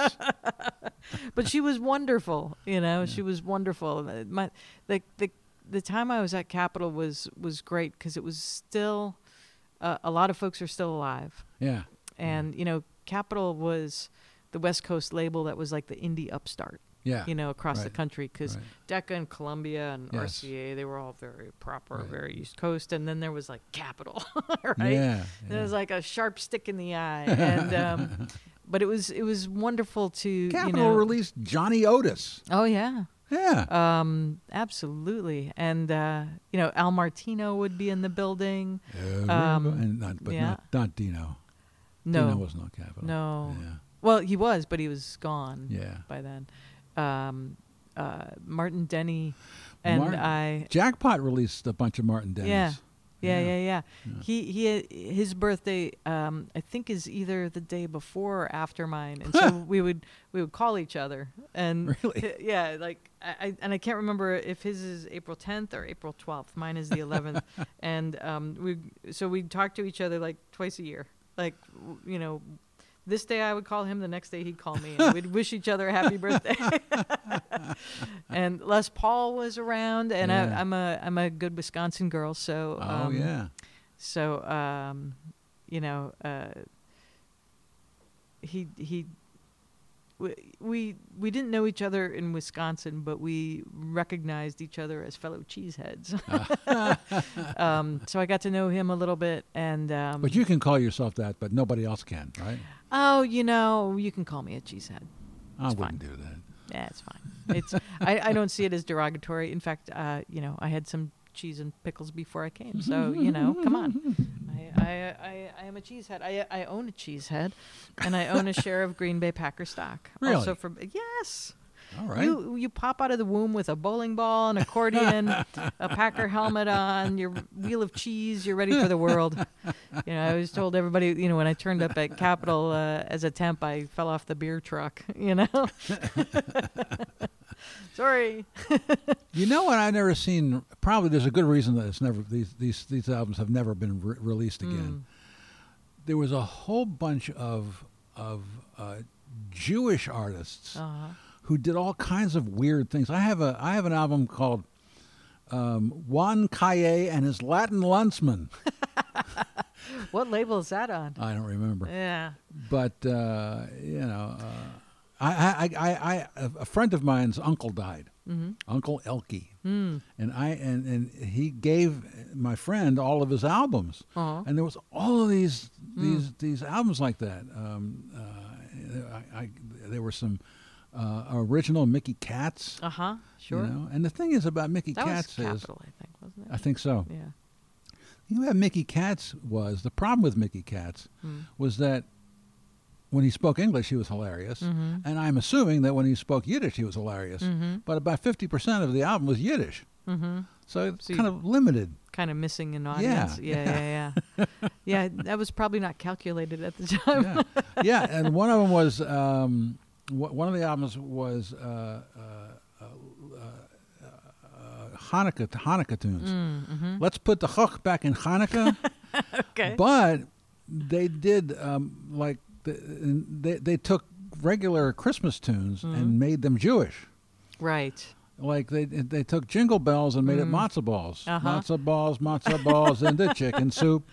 [SPEAKER 2] but she was wonderful. You know, she was wonderful. Uh, My the the the time I was at Capitol was was great because it was still uh, a lot of folks are still alive,
[SPEAKER 1] Yeah.
[SPEAKER 2] and you know, Capitol was the West Coast label that was like the indie upstart
[SPEAKER 1] Yeah.
[SPEAKER 2] you know, across the
[SPEAKER 1] Right.
[SPEAKER 2] country because
[SPEAKER 1] Right.
[SPEAKER 2] Decca and Columbia and
[SPEAKER 1] Yes.
[SPEAKER 2] RCA, they were all very proper,
[SPEAKER 1] Right.
[SPEAKER 2] very East Coast. And then there was like Capital, right?
[SPEAKER 1] Yeah.
[SPEAKER 2] It
[SPEAKER 1] yeah.
[SPEAKER 2] was like a sharp stick in the eye. And, um, but it was, it was wonderful to,
[SPEAKER 1] Capitol
[SPEAKER 2] you know,
[SPEAKER 1] released Johnny Otis.
[SPEAKER 2] oh yeah.
[SPEAKER 1] Yeah.
[SPEAKER 2] Um, absolutely. And, uh, you know, Al Martino would be in the building.
[SPEAKER 1] Everybody-
[SPEAKER 2] um,
[SPEAKER 1] and not, but
[SPEAKER 2] yeah.
[SPEAKER 1] not, not Dino. Dino
[SPEAKER 2] No,
[SPEAKER 1] wasn't on Capitol.
[SPEAKER 2] no.
[SPEAKER 1] Yeah.
[SPEAKER 2] Well, he was, but he was gone
[SPEAKER 1] Yeah.
[SPEAKER 2] by then. Um, uh, Martin Denny and
[SPEAKER 1] Martin-
[SPEAKER 2] I,
[SPEAKER 1] Jackpot released a bunch of Martin Denny's.
[SPEAKER 2] Yeah. Yeah, yeah, yeah. He he his birthday um I think is either the day before or after mine. And so we would we would call each other and
[SPEAKER 1] Really?
[SPEAKER 2] yeah, like I, I and I can't remember if his is April 10th or April 12th. Mine is the 11th. and um we so we'd talk to each other like twice a year. Like w- you know, this day I would call him, the next day he'd call me, and we'd wish each other a happy birthday. and Les Paul was around, and
[SPEAKER 1] Yeah.
[SPEAKER 2] I, I'm a I'm a good Wisconsin girl, so
[SPEAKER 1] Oh
[SPEAKER 2] um,
[SPEAKER 1] yeah.
[SPEAKER 2] so um, you know, uh, he he. we- We we didn't know each other in Wisconsin, but we recognized each other as fellow cheeseheads.
[SPEAKER 1] Ah.
[SPEAKER 2] um, so I got to know him a little bit, and um,
[SPEAKER 1] But you can call yourself that, but nobody else can, right?
[SPEAKER 2] oh, you know, you can call me a cheesehead.
[SPEAKER 1] I
[SPEAKER 2] It's
[SPEAKER 1] wouldn't do that.
[SPEAKER 2] Yeah, it's fine. It's I, I don't see it as derogatory. In fact, uh, you know, I had some cheese and pickles before I came, so you know, come on. I I, I, I am a cheese head. I I own a cheese head, and I own a share of Green Bay Packer stock.
[SPEAKER 1] Really?
[SPEAKER 2] Also from yes.
[SPEAKER 1] All right.
[SPEAKER 2] You you pop out of the womb with a bowling ball, an accordion, a Packer helmet on, your wheel of cheese. You're ready for the world. You know, I was told everybody. You know, when I turned up at Capitol uh, as a temp, I fell off the beer truck. You know, sorry.
[SPEAKER 1] You know what? I've never seen. Probably there's a good reason that it's never these these these albums have never been re- released again. There was a whole bunch of of uh, Jewish artists
[SPEAKER 2] Uh-huh.
[SPEAKER 1] who did all kinds of weird things. I have a I have an album called um, Juan Calle and his Latin Luntsman.
[SPEAKER 2] What label is that on?
[SPEAKER 1] I don't remember.
[SPEAKER 2] Yeah.
[SPEAKER 1] but uh, you know, uh, I, I, I, I, a friend of mine's uncle died,
[SPEAKER 2] Mm-hmm.
[SPEAKER 1] Uncle Elke,
[SPEAKER 2] Hmm.
[SPEAKER 1] and I and, and he gave my friend all of his albums,
[SPEAKER 2] Uh-huh.
[SPEAKER 1] and there was all of these
[SPEAKER 2] Hmm.
[SPEAKER 1] these these albums like that. Um, uh, I, I, there were some uh, original Mickey Katz,
[SPEAKER 2] Uh huh. Sure.
[SPEAKER 1] you know, and the thing is about Mickey
[SPEAKER 2] that was
[SPEAKER 1] Katz is,
[SPEAKER 2] Capital, I think, wasn't it?
[SPEAKER 1] I think so.
[SPEAKER 2] yeah.
[SPEAKER 1] You know what Mickey Katz was? The problem with Mickey Katz
[SPEAKER 2] Mm.
[SPEAKER 1] was that when he spoke English, he was hilarious.
[SPEAKER 2] Mhm.
[SPEAKER 1] And I'm assuming that when he spoke Yiddish, he was hilarious.
[SPEAKER 2] Mhm.
[SPEAKER 1] But about 50% of the album was Yiddish.
[SPEAKER 2] Mm-hmm.
[SPEAKER 1] So it's
[SPEAKER 2] So you-
[SPEAKER 1] kind of limited.
[SPEAKER 2] kind of missing an audience. Yeah, yeah, yeah. Yeah, that was probably not calculated at the time.
[SPEAKER 1] Yeah. yeah. And one of them was, um, wh- one of the albums was uh, uh, uh, uh, Hanukkah, Hanukkah tunes.
[SPEAKER 2] Mm-hmm.
[SPEAKER 1] Let's put the hook back in Hanukkah.
[SPEAKER 2] Okay.
[SPEAKER 1] But they did um, like the, and they they took regular Christmas tunes
[SPEAKER 2] Mm-hmm.
[SPEAKER 1] and made them Jewish.
[SPEAKER 2] right.
[SPEAKER 1] Like they they took jingle bells and made it matzo balls,
[SPEAKER 2] Uh-huh.
[SPEAKER 1] matzo balls, matzo balls in the chicken soup.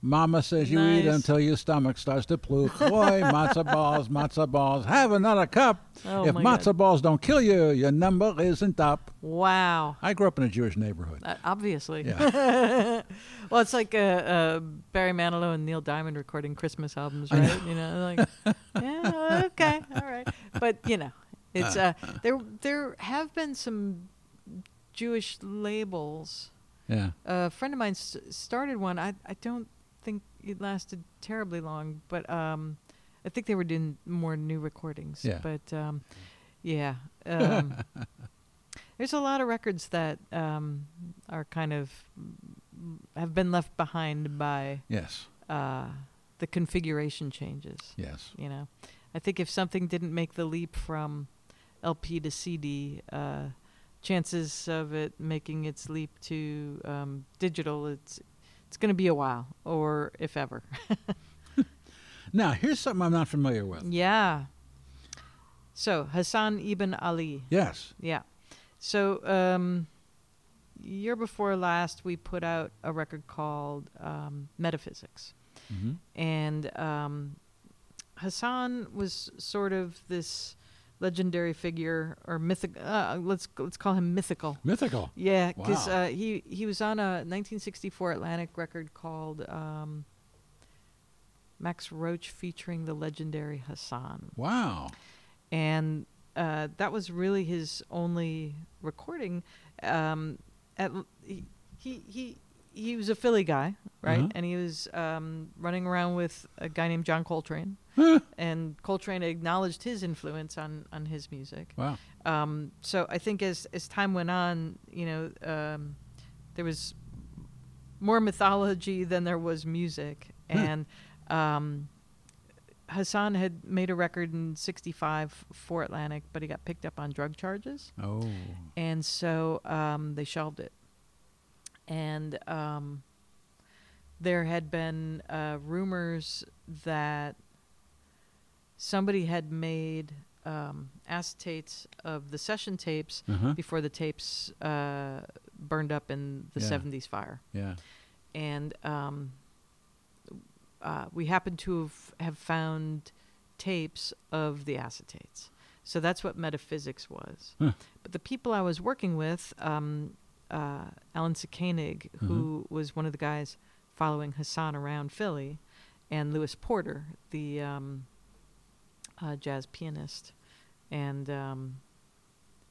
[SPEAKER 1] Mama says you eat
[SPEAKER 2] Nice.
[SPEAKER 1] until your stomach starts to pluke. Boy, matzo balls, matzo balls. Have another cup.
[SPEAKER 2] Oh,
[SPEAKER 1] if
[SPEAKER 2] my
[SPEAKER 1] matzo
[SPEAKER 2] God.
[SPEAKER 1] balls don't kill you, your number isn't up.
[SPEAKER 2] Wow.
[SPEAKER 1] I grew up in a Jewish neighborhood.
[SPEAKER 2] Uh, obviously.
[SPEAKER 1] Yeah,
[SPEAKER 2] Well, it's like uh, uh, Barry Manilow and Neil Diamond recording Christmas albums, right? You know, like, yeah, okay, all right. But you know, it's uh, there. There have been some Jewish labels.
[SPEAKER 1] yeah.
[SPEAKER 2] a friend of mine s- started one. I I don't think it lasted terribly long, but um, I think they were doing more new recordings.
[SPEAKER 1] Yeah.
[SPEAKER 2] But um, yeah, um, there's a lot of records that um, are kind of have been left behind by
[SPEAKER 1] Yes,
[SPEAKER 2] uh, the configuration changes.
[SPEAKER 1] yes.
[SPEAKER 2] You know, I think if something didn't make the leap from LP to CD, uh, chances of it making its leap to um, digital, it's it's going to be a while, or if ever.
[SPEAKER 1] Now here's something I'm not familiar with.
[SPEAKER 2] yeah. So Hassan ibn Ali.
[SPEAKER 1] Yes.
[SPEAKER 2] Yeah. So um, year before last, we put out a record called um, Metaphysics. Mm-hmm.
[SPEAKER 1] hmm
[SPEAKER 2] and um, Hassan was sort of this legendary figure or mythic. Uh, let's let's call him mythical.
[SPEAKER 1] Mythical.
[SPEAKER 2] Yeah, because
[SPEAKER 1] Wow.
[SPEAKER 2] uh, he he was on a 1964 Atlantic record called um, Max Roach featuring the legendary Hassan,
[SPEAKER 1] Wow.
[SPEAKER 2] and uh, that was really his only recording. Um, at, l- he, he he he was a Philly guy, right?
[SPEAKER 1] Uh-huh.
[SPEAKER 2] And he was um, running around with a guy named John Coltrane,
[SPEAKER 1] Huh.
[SPEAKER 2] and Coltrane acknowledged his influence on on his music.
[SPEAKER 1] Wow.
[SPEAKER 2] Um, so I think as as time went on, you know, um, there was more mythology than there was music,
[SPEAKER 1] Hmm.
[SPEAKER 2] and um, Hassan had made a record in '65 for Atlantic, but he got picked up on drug charges,
[SPEAKER 1] Oh.
[SPEAKER 2] and so um, they shelved it. And um, there had been uh, rumors that somebody had made um, acetates of the session tapes
[SPEAKER 1] Uh-huh.
[SPEAKER 2] before the tapes uh, burned up in the
[SPEAKER 1] Yeah.
[SPEAKER 2] 70s fire.
[SPEAKER 1] Yeah.
[SPEAKER 2] And um, uh, we happened to have, have found tapes of the acetates. So that's what metaphysics was.
[SPEAKER 1] Huh.
[SPEAKER 2] But the people I was working with, um, uh, Alan Sakanig, who was one of the guys following Hassan around Philly, and Lewis Porter, the um, uh, jazz pianist, and um,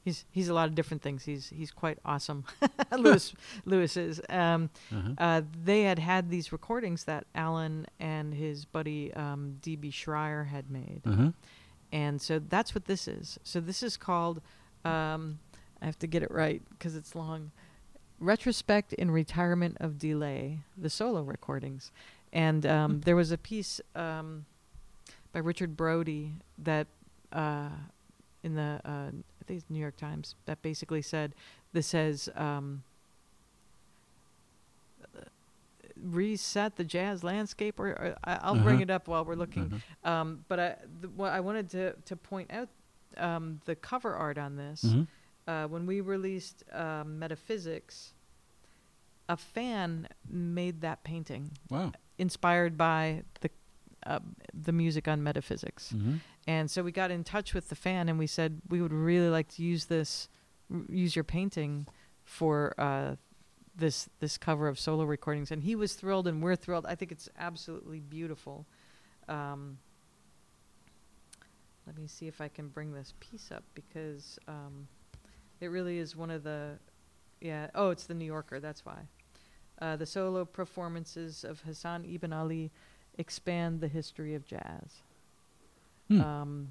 [SPEAKER 2] he's he's a lot of different things. He's he's quite awesome. Lewis Lewis is. Um,
[SPEAKER 1] Uh-huh.
[SPEAKER 2] uh, they had had these recordings that Alan and his buddy um, D.B. Schreier had made,
[SPEAKER 1] Uh-huh.
[SPEAKER 2] and so that's what this is. So this is called. Um, I have to get it right because it's long. Retrospect in retirement of delay, the solo recordings, and um, there was a piece um, by Richard Brody that uh, in the uh, I think it's New York Times that basically said this says um, reset the jazz landscape, or, or I- I'll bring
[SPEAKER 1] Uh-huh.
[SPEAKER 2] it up while we're looking. Um, but I, the, what I wanted to, to point out um, the cover art on this.
[SPEAKER 1] Mhm.
[SPEAKER 2] Uh, when we released uh, Metaphysics, a fan made that painting
[SPEAKER 1] Wow.
[SPEAKER 2] inspired by the uh, the music on Metaphysics.
[SPEAKER 1] Mhm.
[SPEAKER 2] And so we got in touch with the fan and we said we would really like to use this, r- use your painting for uh, this this cover of solo recordings. And he was thrilled and we're thrilled. I think it's absolutely beautiful. Um, let me see if I can bring this piece up because um, it really is one of the, yeah. Oh, it's the New Yorker. That's why. Uh, the solo performances of Hassan Ibn Ali expand the history of jazz
[SPEAKER 1] Hmm.
[SPEAKER 2] um,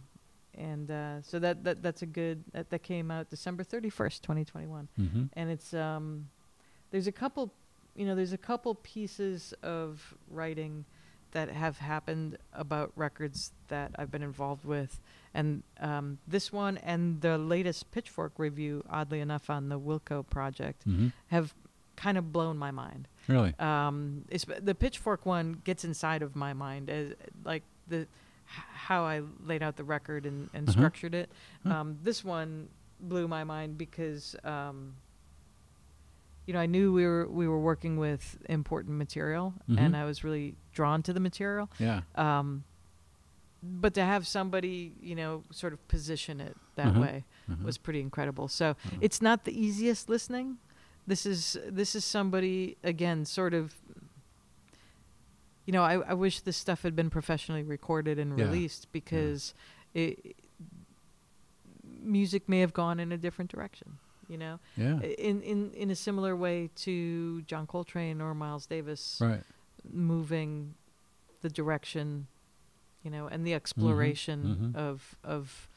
[SPEAKER 2] and uh, so that, that that's a good that, that came out December thirty first, twenty twenty one,
[SPEAKER 1] Mhm.
[SPEAKER 2] and it's um, there's a couple, you know, there's a couple pieces of writing that have happened about records that I've been involved with, and um, this one and the latest Pitchfork review, oddly enough, on the Wilco project,
[SPEAKER 1] Mhm.
[SPEAKER 2] have kind of blown my mind
[SPEAKER 1] Really.
[SPEAKER 2] um it's, the pitchfork one gets inside of my mind as like the h- how i laid out the record and, and
[SPEAKER 1] Uh-huh.
[SPEAKER 2] structured it
[SPEAKER 1] Huh.
[SPEAKER 2] um this one blew my mind because um you know i knew we were we were working with important material
[SPEAKER 1] Mhm.
[SPEAKER 2] and i was really drawn to the material
[SPEAKER 1] Yeah.
[SPEAKER 2] um but to have somebody you know sort of position it that
[SPEAKER 1] Uh-huh.
[SPEAKER 2] way
[SPEAKER 1] Uh-huh.
[SPEAKER 2] was pretty incredible. So
[SPEAKER 1] Mm-hmm.
[SPEAKER 2] it's not the easiest listening. This is this is somebody again, sort of. You know, I, I wish this stuff had been professionally recorded and
[SPEAKER 1] Yeah.
[SPEAKER 2] released because it, music may have gone in a different direction. You know,
[SPEAKER 1] Yeah.
[SPEAKER 2] in in in a similar way to John Coltrane or Miles Davis
[SPEAKER 1] Right.
[SPEAKER 2] moving the direction, you know, and the exploration
[SPEAKER 1] mhm.
[SPEAKER 2] of of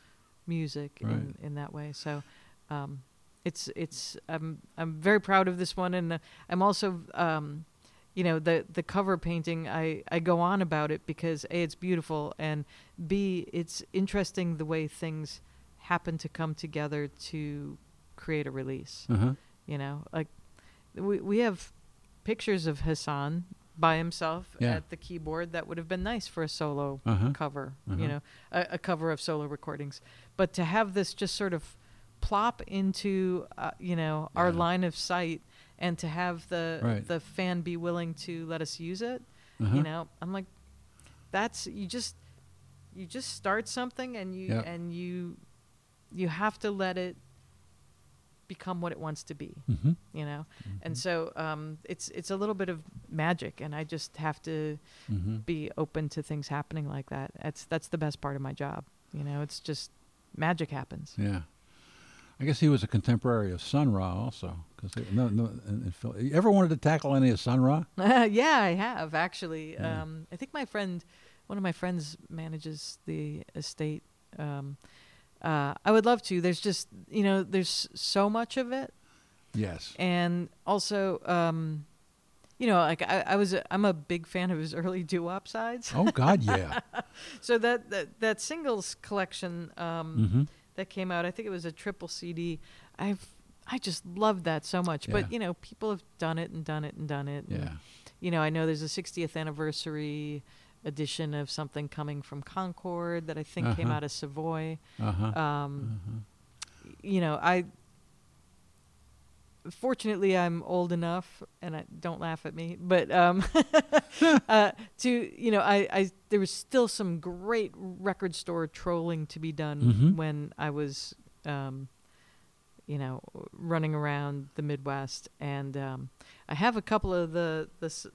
[SPEAKER 2] music
[SPEAKER 1] Right.
[SPEAKER 2] in, in that way. So um, it's it's I'm I'm very proud of this one, and uh, I'm also um, you know the the cover painting I I go on about it because a it's beautiful and b it's interesting the way things happen to come together to create a release
[SPEAKER 1] Uh-huh.
[SPEAKER 2] you know like we we have pictures of Hassan by himself
[SPEAKER 1] Yeah.
[SPEAKER 2] at the keyboard that would have been nice for a solo
[SPEAKER 1] Uh-huh.
[SPEAKER 2] cover
[SPEAKER 1] Uh-huh.
[SPEAKER 2] you know a, a cover of solo recordings but to have this just sort of plop into uh, you know our
[SPEAKER 1] Yeah.
[SPEAKER 2] line of sight and to have the
[SPEAKER 1] Right.
[SPEAKER 2] the fan be willing to let us use it
[SPEAKER 1] Uh-huh.
[SPEAKER 2] you know i'm like that's you just you just start something and you
[SPEAKER 1] Yep.
[SPEAKER 2] and you you have to let it become what it wants to be
[SPEAKER 1] Mhm.
[SPEAKER 2] you know and so um, it's it's a little bit of magic and i just have to
[SPEAKER 1] Mhm.
[SPEAKER 2] be open to things happening like that that's that's the best part of my job you know it's just magic happens
[SPEAKER 1] Yeah. I guess he was a contemporary of Sun Ra also. Cause they- no, no, in, in Phil- you ever wanted to tackle any of Sun Ra?
[SPEAKER 2] yeah i have actually
[SPEAKER 1] Yeah.
[SPEAKER 2] um, i think my friend one of my friends manages the estate um, uh, i would love to there's just you know there's so much of it
[SPEAKER 1] Yes.
[SPEAKER 2] and also um, you know, like I, I was, a, I'm a big fan of his early doo-wop sides.
[SPEAKER 1] Oh God, yeah.
[SPEAKER 2] so that, that that singles collection um,
[SPEAKER 1] hmm
[SPEAKER 2] that came out, I think it was a triple CD. I've I just loved that so much. But
[SPEAKER 1] Yeah.
[SPEAKER 2] you know, people have done it and done it and done it. and,
[SPEAKER 1] Yeah.
[SPEAKER 2] You know, I know there's a 60th anniversary edition of something coming from Concord that I think came
[SPEAKER 1] Uh-huh.
[SPEAKER 2] out of Savoy.
[SPEAKER 1] Uh huh.
[SPEAKER 2] Um, You know, I fortunately I'm old enough, and I, don't laugh at me, but um, uh, to you know, I, I there was still some great record store trolling to be done
[SPEAKER 1] Mhm.
[SPEAKER 2] when I was, um, you know, running around the Midwest, and um, I have a couple of the the s-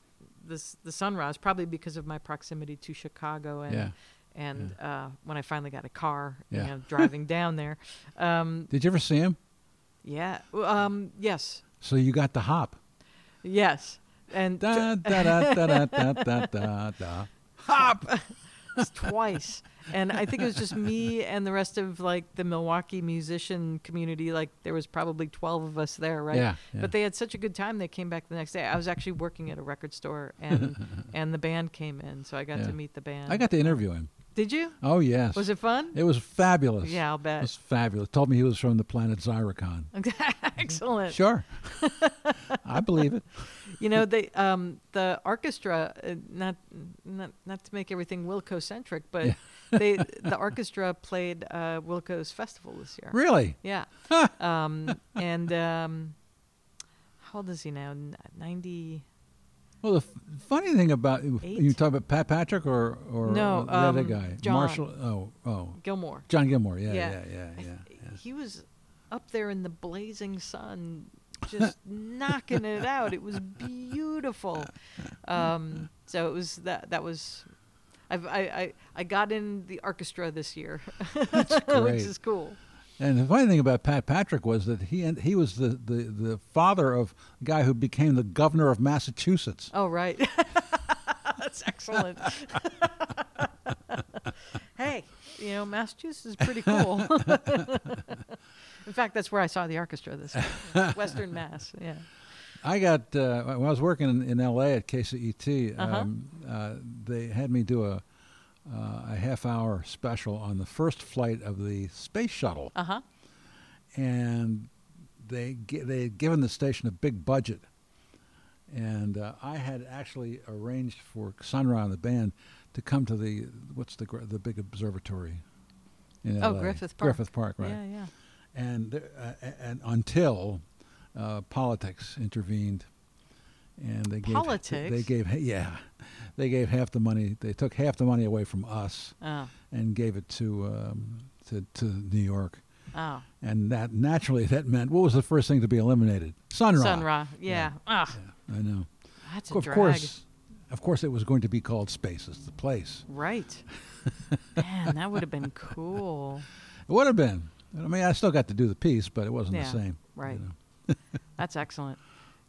[SPEAKER 2] the, s- the Sunrise, probably because of my proximity to Chicago and
[SPEAKER 1] Yeah.
[SPEAKER 2] and uh, when I finally got a car,
[SPEAKER 1] Yeah.
[SPEAKER 2] you know, driving down there, um,
[SPEAKER 1] Did you ever see him?
[SPEAKER 2] yeah, w- um, yes,
[SPEAKER 1] So you got the hop.
[SPEAKER 2] yes, and t-
[SPEAKER 1] Da da da da da da da da. Hop.
[SPEAKER 2] twice, and I think it was just me and the rest of like the Milwaukee musician community. Like there was probably twelve of us there, right?
[SPEAKER 1] Yeah, yeah.
[SPEAKER 2] But they had such a good time. They came back the next day. I was actually working at a record store, and and the band came in, so I got
[SPEAKER 1] Yeah.
[SPEAKER 2] to meet the band.
[SPEAKER 1] I got to interview him.
[SPEAKER 2] Did you?
[SPEAKER 1] Oh yes.
[SPEAKER 2] um, Was it fun?
[SPEAKER 1] It was fabulous.
[SPEAKER 2] Yeah, I'll
[SPEAKER 1] It
[SPEAKER 2] bet.
[SPEAKER 1] was fabulous. Told me he was from the planet Zyricon.
[SPEAKER 2] Excellent.
[SPEAKER 1] Sure. I believe it.
[SPEAKER 2] You know, they um, the orchestra uh, not not not to make everything Wilco centric, but they the orchestra played uh, Wilco's festival this year.
[SPEAKER 1] Really?
[SPEAKER 2] Yeah. um, and um, how old is he now? N- Ninety.
[SPEAKER 1] Well, the f- funny thing about you
[SPEAKER 2] Eight?
[SPEAKER 1] talk about Pat Patrick or or
[SPEAKER 2] No,
[SPEAKER 1] uh, the other
[SPEAKER 2] um,
[SPEAKER 1] guy,
[SPEAKER 2] John.
[SPEAKER 1] Marshall. Oh, oh,
[SPEAKER 2] Gilmore.
[SPEAKER 1] John Gilmore. Yeah, yeah, yeah,
[SPEAKER 2] Yeah. I
[SPEAKER 1] yeah.
[SPEAKER 2] th- He was up there in the blazing sun, just knocking it out. It was beautiful. Um, so it was that. That was. I've, I, I I got in the orchestra this year,
[SPEAKER 1] great.
[SPEAKER 2] Oh, which is cool.
[SPEAKER 1] And the funny thing about Pat Patrick was that he and he was the, the, the father of the guy who became the governor of Massachusetts.
[SPEAKER 2] Oh right, that's excellent. hey, you know Massachusetts is pretty cool. in fact, that's where I saw the orchestra this year. Western Mass. Yeah.
[SPEAKER 1] I got uh, when I was working in, in L.A. at KCET,
[SPEAKER 2] Uh-huh.
[SPEAKER 1] um, uh, they had me do a uh, a half hour special on the first flight of the space shuttle,
[SPEAKER 2] Uh huh.
[SPEAKER 1] and they gi- they had given the station a big budget, and uh, I had actually arranged for Sun Ra and the band to come to the what's the gr- the big observatory. In
[SPEAKER 2] Oh,
[SPEAKER 1] LA.
[SPEAKER 2] Griffith Park.
[SPEAKER 1] Griffith Park, right?
[SPEAKER 2] Yeah, yeah.
[SPEAKER 1] and th- uh, a- and until uh, politics intervened, and they gave
[SPEAKER 2] Politics?
[SPEAKER 1] they gave yeah, they gave half the money. They took half the money away from us
[SPEAKER 2] Oh,
[SPEAKER 1] and gave it to um, to to New York,
[SPEAKER 2] oh.
[SPEAKER 1] and that naturally that meant what was the first thing to be eliminated? Sun Ra.
[SPEAKER 2] Sun Ra. Yeah. Ah,
[SPEAKER 1] I know.
[SPEAKER 2] that's a
[SPEAKER 1] of
[SPEAKER 2] drag.
[SPEAKER 1] course, of course, it was going to be called Space. It's the place.
[SPEAKER 2] Right. Man, that would have been cool.
[SPEAKER 1] It would have been. I mean, I still got to do the piece, but it wasn't
[SPEAKER 2] Yeah,
[SPEAKER 1] the same.
[SPEAKER 2] Right.
[SPEAKER 1] know.
[SPEAKER 2] that's excellent.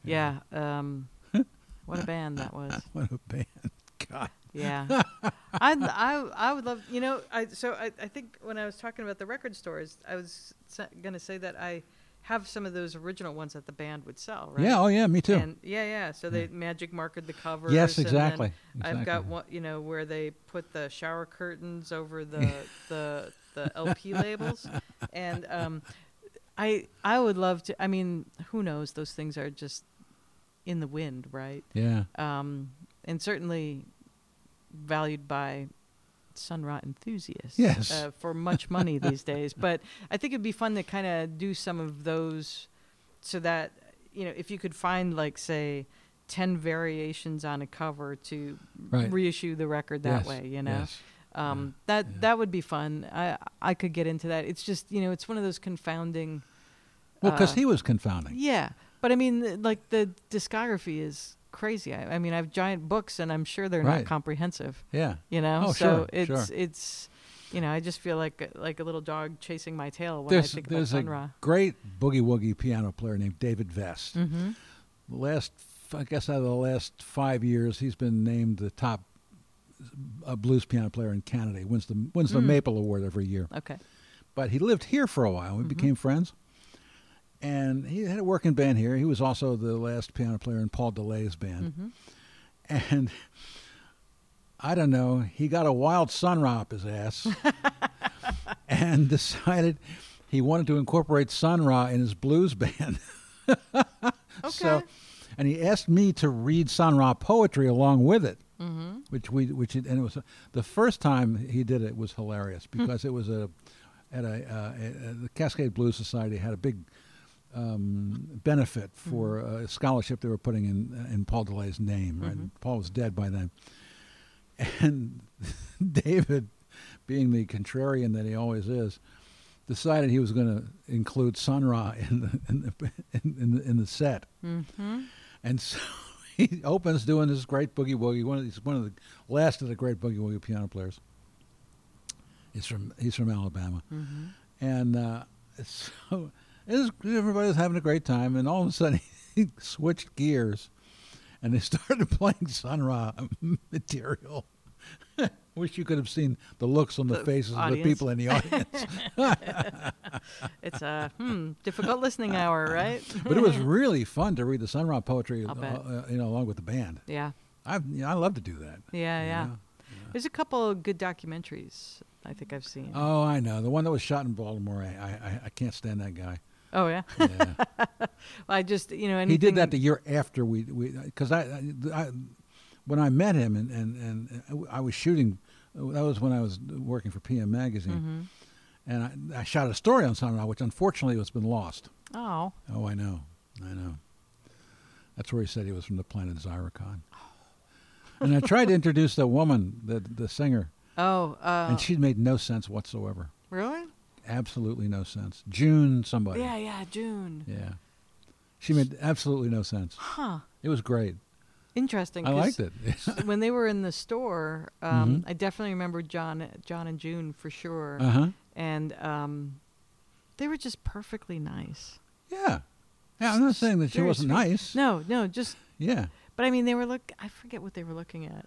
[SPEAKER 2] Yeah. Um, what a band that was.
[SPEAKER 1] What a band! God.
[SPEAKER 2] Yeah. I, I, I would love, you know, I, so I, I think when I was talking about the record stores, I was going to say that I have some of those original ones that the band would sell, right?
[SPEAKER 1] Yeah. Oh, yeah. Me too.
[SPEAKER 2] And yeah, yeah. So they magic markered the covers.
[SPEAKER 1] Yes,
[SPEAKER 2] and then
[SPEAKER 1] exactly.
[SPEAKER 2] I've got
[SPEAKER 1] Exactly.
[SPEAKER 2] one, you know, where they put the shower curtains over the the the LP labels, and um, I I would love to. I mean, who knows? Those things are just in the wind, right?
[SPEAKER 1] yeah.
[SPEAKER 2] Um, and certainly valued by Sun Ra enthusiasts
[SPEAKER 1] Yes.
[SPEAKER 2] uh, for much money these days. But I think it'd be fun to kind of do some of those so that, you know, if you could find, like, say, 10 variations on a cover to
[SPEAKER 1] Right.
[SPEAKER 2] reissue the record
[SPEAKER 1] Yes,
[SPEAKER 2] that way, you know?
[SPEAKER 1] yes.
[SPEAKER 2] Um, that
[SPEAKER 1] yeah.
[SPEAKER 2] that would be fun. I I could get into that. It's just you know it's one of those confounding.
[SPEAKER 1] Well, because
[SPEAKER 2] uh,
[SPEAKER 1] he was confounding.
[SPEAKER 2] yeah, but I mean, th- like the discography is crazy. I, I mean, I have giant books, and I'm sure they're
[SPEAKER 1] Right.
[SPEAKER 2] not comprehensive.
[SPEAKER 1] Yeah.
[SPEAKER 2] You know,
[SPEAKER 1] Oh, sure,
[SPEAKER 2] so it's
[SPEAKER 1] sure.
[SPEAKER 2] it's, you know, I just feel like like a little dog chasing my tail when
[SPEAKER 1] There's,
[SPEAKER 2] I think
[SPEAKER 1] there's
[SPEAKER 2] about
[SPEAKER 1] a
[SPEAKER 2] Sunra.
[SPEAKER 1] great boogie woogie piano player named David Vest.
[SPEAKER 2] Mm-hmm.
[SPEAKER 1] Last, f- I guess, out of the last five years, he's been named the top uh, blues piano player in Canada. He wins the wins the
[SPEAKER 2] Mm.
[SPEAKER 1] Maple Award every year.
[SPEAKER 2] Okay.
[SPEAKER 1] But he lived here for a while. We became friends, and he had a working band here. He was also the last piano player in Paul DeLay's band.
[SPEAKER 2] Mm-hmm.
[SPEAKER 1] And I don't know, he got a wild sunra up his ass and decided he wanted to incorporate sunra in his blues band.
[SPEAKER 2] Okay.
[SPEAKER 1] So, and he asked me to read Sanra poetry along with it, mm-hmm. which we, which it, and it was the first time he did it was hilarious because it was a at a, uh, a, a the Cascade Blues Society had a big um, benefit for a scholarship they were putting in in Paul DeLay's name. Right, And Paul was dead by then, and David, being the contrarian that he always is. Decided he was going to include Sunra in the in the in, in the, in the set, and so he opens doing this great boogie woogie. One of these, one of the last of the great boogie woogie piano players. He's from he's from Alabama,
[SPEAKER 2] Mm-hmm.
[SPEAKER 1] and uh, so it was, everybody was having a great time. And all of a sudden, he switched gears, and they started playing Sun Ra material. Wish you could have seen the looks on the,
[SPEAKER 2] The
[SPEAKER 1] faces of
[SPEAKER 2] audience.
[SPEAKER 1] the people in the audience.
[SPEAKER 2] It's a hmm, difficult listening hour, right?
[SPEAKER 1] but it was really fun to read the Sun Ra poetry, uh,
[SPEAKER 2] I'll bet.
[SPEAKER 1] uh, you know, along with the band.
[SPEAKER 2] yeah.
[SPEAKER 1] I you know, I love to do that.
[SPEAKER 2] Yeah, yeah.
[SPEAKER 1] Yeah,
[SPEAKER 2] There's a couple of good documentaries I think I've seen.
[SPEAKER 1] Oh, I know the one that was shot in Baltimore. I I, I can't stand that guy.
[SPEAKER 2] oh yeah.
[SPEAKER 1] Yeah.
[SPEAKER 2] I just you know anything.
[SPEAKER 1] he did that the year after we we because I, I, I when I met him and and and uh, I was shooting uh, that was when I was working for PM magazine
[SPEAKER 2] Mm-hmm.
[SPEAKER 1] and I, I shot a story on Sunrise which unfortunately has been lost.
[SPEAKER 2] Oh,
[SPEAKER 1] Oh, I know, I know. That's where he said he was from the planet Zyricon. And I tried to introduce the woman, the the singer,
[SPEAKER 2] oh, uh,
[SPEAKER 1] and she made no sense whatsoever.
[SPEAKER 2] really?
[SPEAKER 1] Absolutely no sense. June somebody.
[SPEAKER 2] Yeah, yeah. June.
[SPEAKER 1] Yeah. She made absolutely no sense.
[SPEAKER 2] Huh.
[SPEAKER 1] It was great.
[SPEAKER 2] Interesting.
[SPEAKER 1] I
[SPEAKER 2] 'cause
[SPEAKER 1] liked it. Mm-hmm.
[SPEAKER 2] when they were in the store, um, I definitely remember John, John and June for sure,
[SPEAKER 1] Uh huh.
[SPEAKER 2] and um, they were just perfectly nice.
[SPEAKER 1] Yeah. Yeah, I'm not saying that she wasn't
[SPEAKER 2] Seriously.
[SPEAKER 1] nice.
[SPEAKER 2] No, no, just.
[SPEAKER 1] Yeah.
[SPEAKER 2] But I mean, they were look. I forget what they were looking at.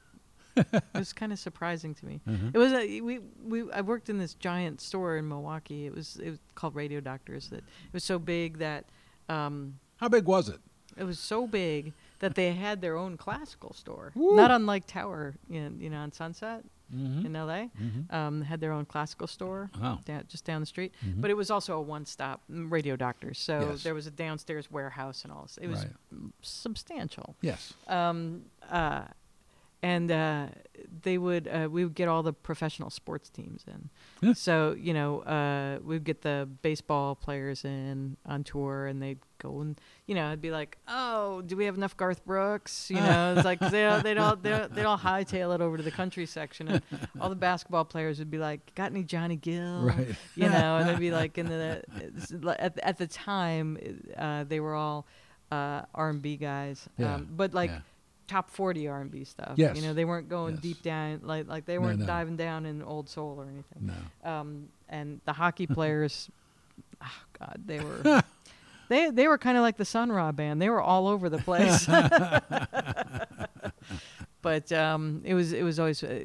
[SPEAKER 2] it was kind of surprising to me.
[SPEAKER 1] Mhm.
[SPEAKER 2] It was a, we we I worked in this giant store in Milwaukee. It was it was called Radio Doctors. That it was so big that um,
[SPEAKER 1] How big was it?
[SPEAKER 2] it was so big that they had their own classical store,
[SPEAKER 1] Woo.
[SPEAKER 2] not unlike Tower, in, you know, on Sunset
[SPEAKER 1] Mm-hmm. Uh-huh.
[SPEAKER 2] in L.A. um, had their own classical store
[SPEAKER 1] Wow.
[SPEAKER 2] down, just down the street.
[SPEAKER 1] Mhm.
[SPEAKER 2] But it was also a one-stop mm, radio doctor, so
[SPEAKER 1] Yes.
[SPEAKER 2] there was a downstairs warehouse and all this. It was
[SPEAKER 1] Right.
[SPEAKER 2] mm, substantial,
[SPEAKER 1] Yes.
[SPEAKER 2] um, uh, and uh, they would uh, we would get all the professional sports teams in.
[SPEAKER 1] Yeah.
[SPEAKER 2] So you know uh, we'd get the baseball players in on tour, and they'd go and you know I'd be like, oh, do we have enough Garth Brooks? You know, it's like 'cause they all- they'd all they'd all, they'd all hightail it over to the country section, and all the basketball players would be like, got any Johnny Gill?
[SPEAKER 1] Right.
[SPEAKER 2] um, you know, and it'd be like in the it's li- at, at the time uh, they were all uh, R and B guys,
[SPEAKER 1] Yeah,
[SPEAKER 2] um, but like
[SPEAKER 1] yeah.
[SPEAKER 2] top forty R and B stuff.
[SPEAKER 1] Yes.
[SPEAKER 2] you know, they weren't going
[SPEAKER 1] Yes.
[SPEAKER 2] deep down like like they
[SPEAKER 1] No,
[SPEAKER 2] weren't
[SPEAKER 1] no.
[SPEAKER 2] diving down in old soul or anything.
[SPEAKER 1] No.
[SPEAKER 2] Um, and the hockey players, oh God, they were. They, they were kind of like the Sun Ra band. They were all over the place, but um, it was it was always uh,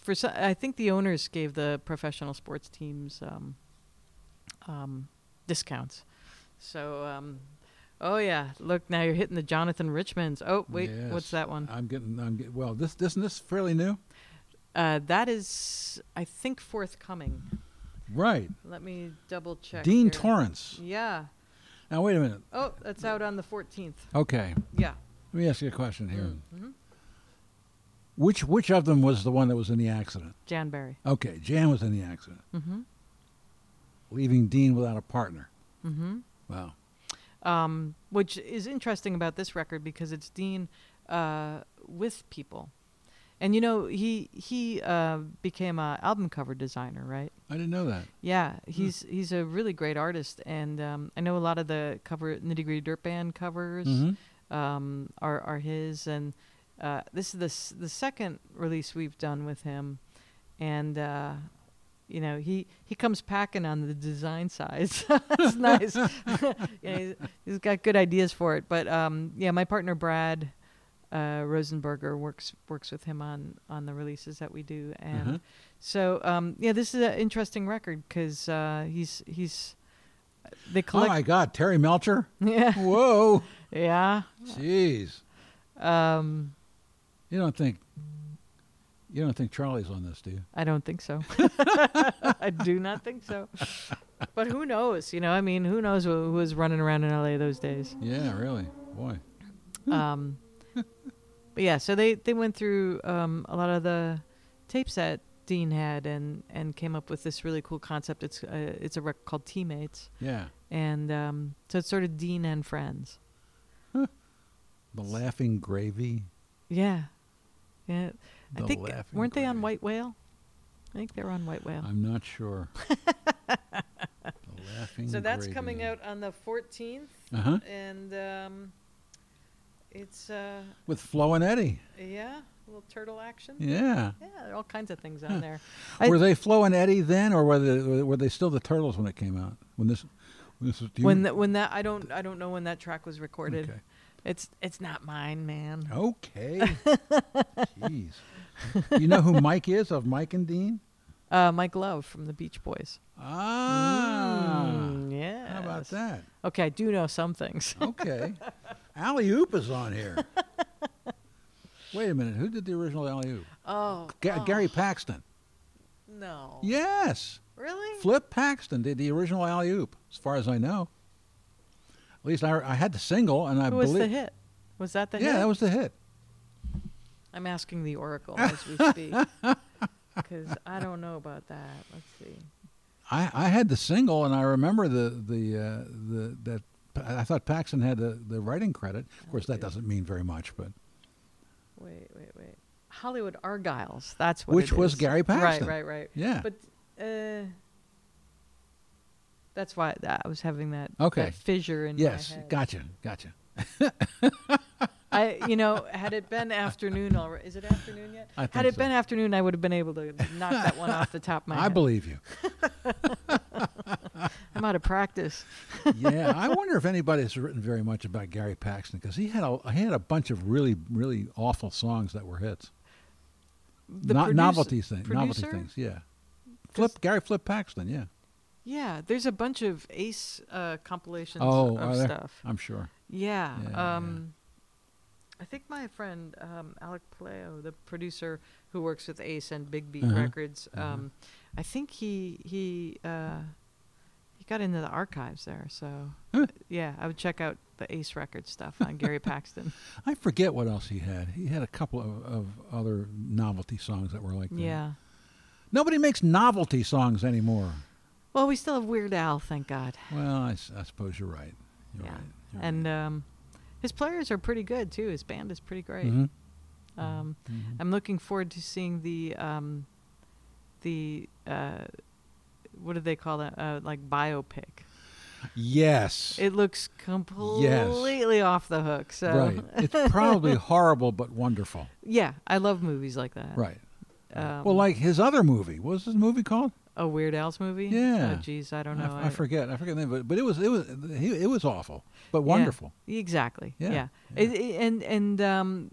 [SPEAKER 2] for. Some, I think the owners gave the professional sports teams um, um, discounts. So, um, oh yeah, look now you're hitting the Jonathan Richmans. Oh wait,
[SPEAKER 1] Yes.
[SPEAKER 2] what's that one?
[SPEAKER 1] I'm getting. I'm get, well. This. This. This. Fairly new.
[SPEAKER 2] Uh, that is, I think, forthcoming.
[SPEAKER 1] Right.
[SPEAKER 2] Let me double check.
[SPEAKER 1] Dean
[SPEAKER 2] here.
[SPEAKER 1] Torrance.
[SPEAKER 2] Yeah.
[SPEAKER 1] Now wait a minute.
[SPEAKER 2] Oh, that's out on the 14th.
[SPEAKER 1] Okay.
[SPEAKER 2] Yeah.
[SPEAKER 1] Let me ask you a question here.
[SPEAKER 2] Mm-hmm.
[SPEAKER 1] Which Which of them was the one that was in the accident?
[SPEAKER 2] Jan Berry.
[SPEAKER 1] Okay. Jan was in the accident,
[SPEAKER 2] Mhm.
[SPEAKER 1] leaving Dean without a partner.
[SPEAKER 2] Mhm.
[SPEAKER 1] Wow.
[SPEAKER 2] Um, which is interesting about this record because it's Dean uh, with people. And you know, he he uh, became a album cover designer, right?
[SPEAKER 1] I didn't know that.
[SPEAKER 2] Yeah, he's he's a really great artist, and um, I know a lot of the cover nitty gritty dirt band covers
[SPEAKER 1] Mhm.
[SPEAKER 2] um, are are his, and uh, this is the s- the second release we've done with him, and uh, you know he he comes packing on the design side, so that's nice. yeah, he's, he's got good ideas for it, but um, yeah, my partner Brad uh, Rosenberger works works with him on on the releases that we do, and
[SPEAKER 1] Uh-huh.
[SPEAKER 2] so um, yeah, this is an interesting record because uh, he's he's they
[SPEAKER 1] Oh
[SPEAKER 2] collect.
[SPEAKER 1] my God, Terry Melcher?
[SPEAKER 2] Yeah,
[SPEAKER 1] Whoa.
[SPEAKER 2] yeah.
[SPEAKER 1] Jeez.
[SPEAKER 2] Um,
[SPEAKER 1] You don't think you don't think Charlie's on this, do you?
[SPEAKER 2] I don't think so. I do not think so. But who knows? You know, I mean, who knows who who was running around in LA those days?
[SPEAKER 1] Yeah, really. Boy. Hmm.
[SPEAKER 2] Um, but yeah, so they they went through um, a lot of the tapes that Dean had and and came up with this really cool concept. It's uh, it's a record called Teammates,
[SPEAKER 1] Yeah.
[SPEAKER 2] and um, so it's sort of Dean and friends.
[SPEAKER 1] The laughing gravy.
[SPEAKER 2] Yeah, yeah.
[SPEAKER 1] The
[SPEAKER 2] I think
[SPEAKER 1] Laughing
[SPEAKER 2] weren't they on
[SPEAKER 1] Gravy.
[SPEAKER 2] White Whale? I think they were on White Whale.
[SPEAKER 1] I'm not sure. the laughing
[SPEAKER 2] so that's coming out on the 14th,
[SPEAKER 1] Uh huh.
[SPEAKER 2] and um, it's uh,
[SPEAKER 1] With Flo and Eddie.
[SPEAKER 2] yeah, a little turtle action.
[SPEAKER 1] Yeah.
[SPEAKER 2] Yeah, there are all kinds of things on there. I-
[SPEAKER 1] were they Flo and Eddie then, or were they were they still the Turtles when it came out? When this, when this was, do you-
[SPEAKER 2] when that when that I don't I don't know when that track was recorded.
[SPEAKER 1] Okay. Oh.
[SPEAKER 2] It's it's not mine, man.
[SPEAKER 1] Okay. Jeez. You know who Mike is of Mike and Dean?
[SPEAKER 2] Uh, Mike Love from the Beach Boys.
[SPEAKER 1] Ah.
[SPEAKER 2] yeah.
[SPEAKER 1] How about that?
[SPEAKER 2] Okay, I do know some things.
[SPEAKER 1] Okay. Alley Oop is on here. Wait a minute. Who did the original Alley Oop?
[SPEAKER 2] Oh
[SPEAKER 1] Ga-
[SPEAKER 2] oh,
[SPEAKER 1] Gary Paxton.
[SPEAKER 2] No.
[SPEAKER 1] Yes.
[SPEAKER 2] Really?
[SPEAKER 1] Flip Paxton did the original Alley Oop, as far as I know. At least I, I had the single, and I
[SPEAKER 2] Who was
[SPEAKER 1] believe.
[SPEAKER 2] the hit? Was that the
[SPEAKER 1] yeah,
[SPEAKER 2] hit?
[SPEAKER 1] that was the hit.
[SPEAKER 2] I'm asking the Oracle as we speak because I don't know about that. Let's see.
[SPEAKER 1] I, I had the single, and I remember the the uh, the that I thought Paxton had the, the writing credit. Of course, that
[SPEAKER 2] Okay.
[SPEAKER 1] doesn't mean very much, but
[SPEAKER 2] Wait, wait, wait. Hollywood Argyles. That's what.
[SPEAKER 1] which
[SPEAKER 2] it
[SPEAKER 1] was
[SPEAKER 2] is.
[SPEAKER 1] Gary Paxton.
[SPEAKER 2] Right, right, right.
[SPEAKER 1] Yeah.
[SPEAKER 2] But uh, that's why I was having that,
[SPEAKER 1] Okay.
[SPEAKER 2] that fissure in
[SPEAKER 1] yes,
[SPEAKER 2] my head.
[SPEAKER 1] gotcha, gotcha.
[SPEAKER 2] I, you know, had it been afternoon already, is it afternoon yet?
[SPEAKER 1] I
[SPEAKER 2] had
[SPEAKER 1] think
[SPEAKER 2] it
[SPEAKER 1] so.
[SPEAKER 2] been afternoon, I would have been able to knock that one off the top of my
[SPEAKER 1] I
[SPEAKER 2] head.
[SPEAKER 1] believe you.
[SPEAKER 2] I'm out of practice.
[SPEAKER 1] yeah, I wonder if anybody has written very much about Gary Paxton because he had a he had a bunch of really really awful songs that were hits,
[SPEAKER 2] The
[SPEAKER 1] No-
[SPEAKER 2] produce-
[SPEAKER 1] novelty things,
[SPEAKER 2] producer?
[SPEAKER 1] novelty things. Yeah, Flip Gary Flip Paxton. Yeah.
[SPEAKER 2] Yeah, there's a bunch of Ace uh, compilations
[SPEAKER 1] Oh,
[SPEAKER 2] of
[SPEAKER 1] are there?
[SPEAKER 2] stuff.
[SPEAKER 1] I'm sure.
[SPEAKER 2] Yeah.
[SPEAKER 1] Yeah, yeah.
[SPEAKER 2] um, I think my friend um, Alec Paleo, the producer who works with Ace and Big Beat
[SPEAKER 1] Uh-huh,
[SPEAKER 2] Records,
[SPEAKER 1] uh-huh.
[SPEAKER 2] um, I think he he uh, he got into the archives there. So
[SPEAKER 1] Huh.
[SPEAKER 2] yeah, I would check out the Ace record stuff on Gary Paxton.
[SPEAKER 1] I forget what else he had. He had a couple of, of other novelty songs that were like that.
[SPEAKER 2] Yeah.
[SPEAKER 1] Nobody makes novelty songs anymore.
[SPEAKER 2] Well, we still have Weird Al, thank God.
[SPEAKER 1] Well, I, s- I suppose you're right. You're
[SPEAKER 2] yeah.
[SPEAKER 1] right. You're
[SPEAKER 2] and um, his players are pretty good too. His band is pretty great.
[SPEAKER 1] right. Mhm.
[SPEAKER 2] Um,
[SPEAKER 1] Mhm.
[SPEAKER 2] I'm looking forward to seeing the um, the uh, what do they call that? Uh, like biopic.
[SPEAKER 1] Yes.
[SPEAKER 2] It looks completely off the hook. So
[SPEAKER 1] Right. It's probably horrible but wonderful.
[SPEAKER 2] yeah, I love movies like that.
[SPEAKER 1] Right.
[SPEAKER 2] Um,
[SPEAKER 1] well, like his other movie. What was his movie called?
[SPEAKER 2] a Weird Al's movie.
[SPEAKER 1] Yeah.
[SPEAKER 2] Oh, geez, I don't
[SPEAKER 1] I
[SPEAKER 2] know.
[SPEAKER 1] f- I forget. I forget the name, but, but it was it was he, it was awful but
[SPEAKER 2] Yeah.
[SPEAKER 1] wonderful.
[SPEAKER 2] Exactly.
[SPEAKER 1] Yeah,
[SPEAKER 2] Yeah.
[SPEAKER 1] yeah.
[SPEAKER 2] It- it- and and um,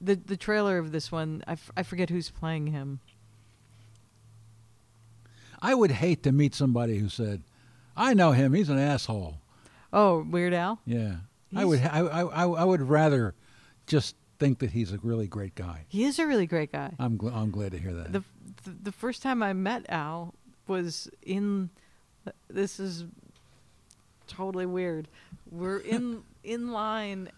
[SPEAKER 2] the the trailer of this one, I, f- I forget who's playing him.
[SPEAKER 1] I would hate to meet somebody who said, "I know him. He's an asshole."
[SPEAKER 2] Oh, Weird Al.
[SPEAKER 1] Yeah. I would I, I I- I would rather just think that he's a really great guy.
[SPEAKER 2] He is a really great guy.
[SPEAKER 1] I'm gl- I'm glad to hear that.
[SPEAKER 2] the, the the first time I met Al was in this is totally weird. We're in in line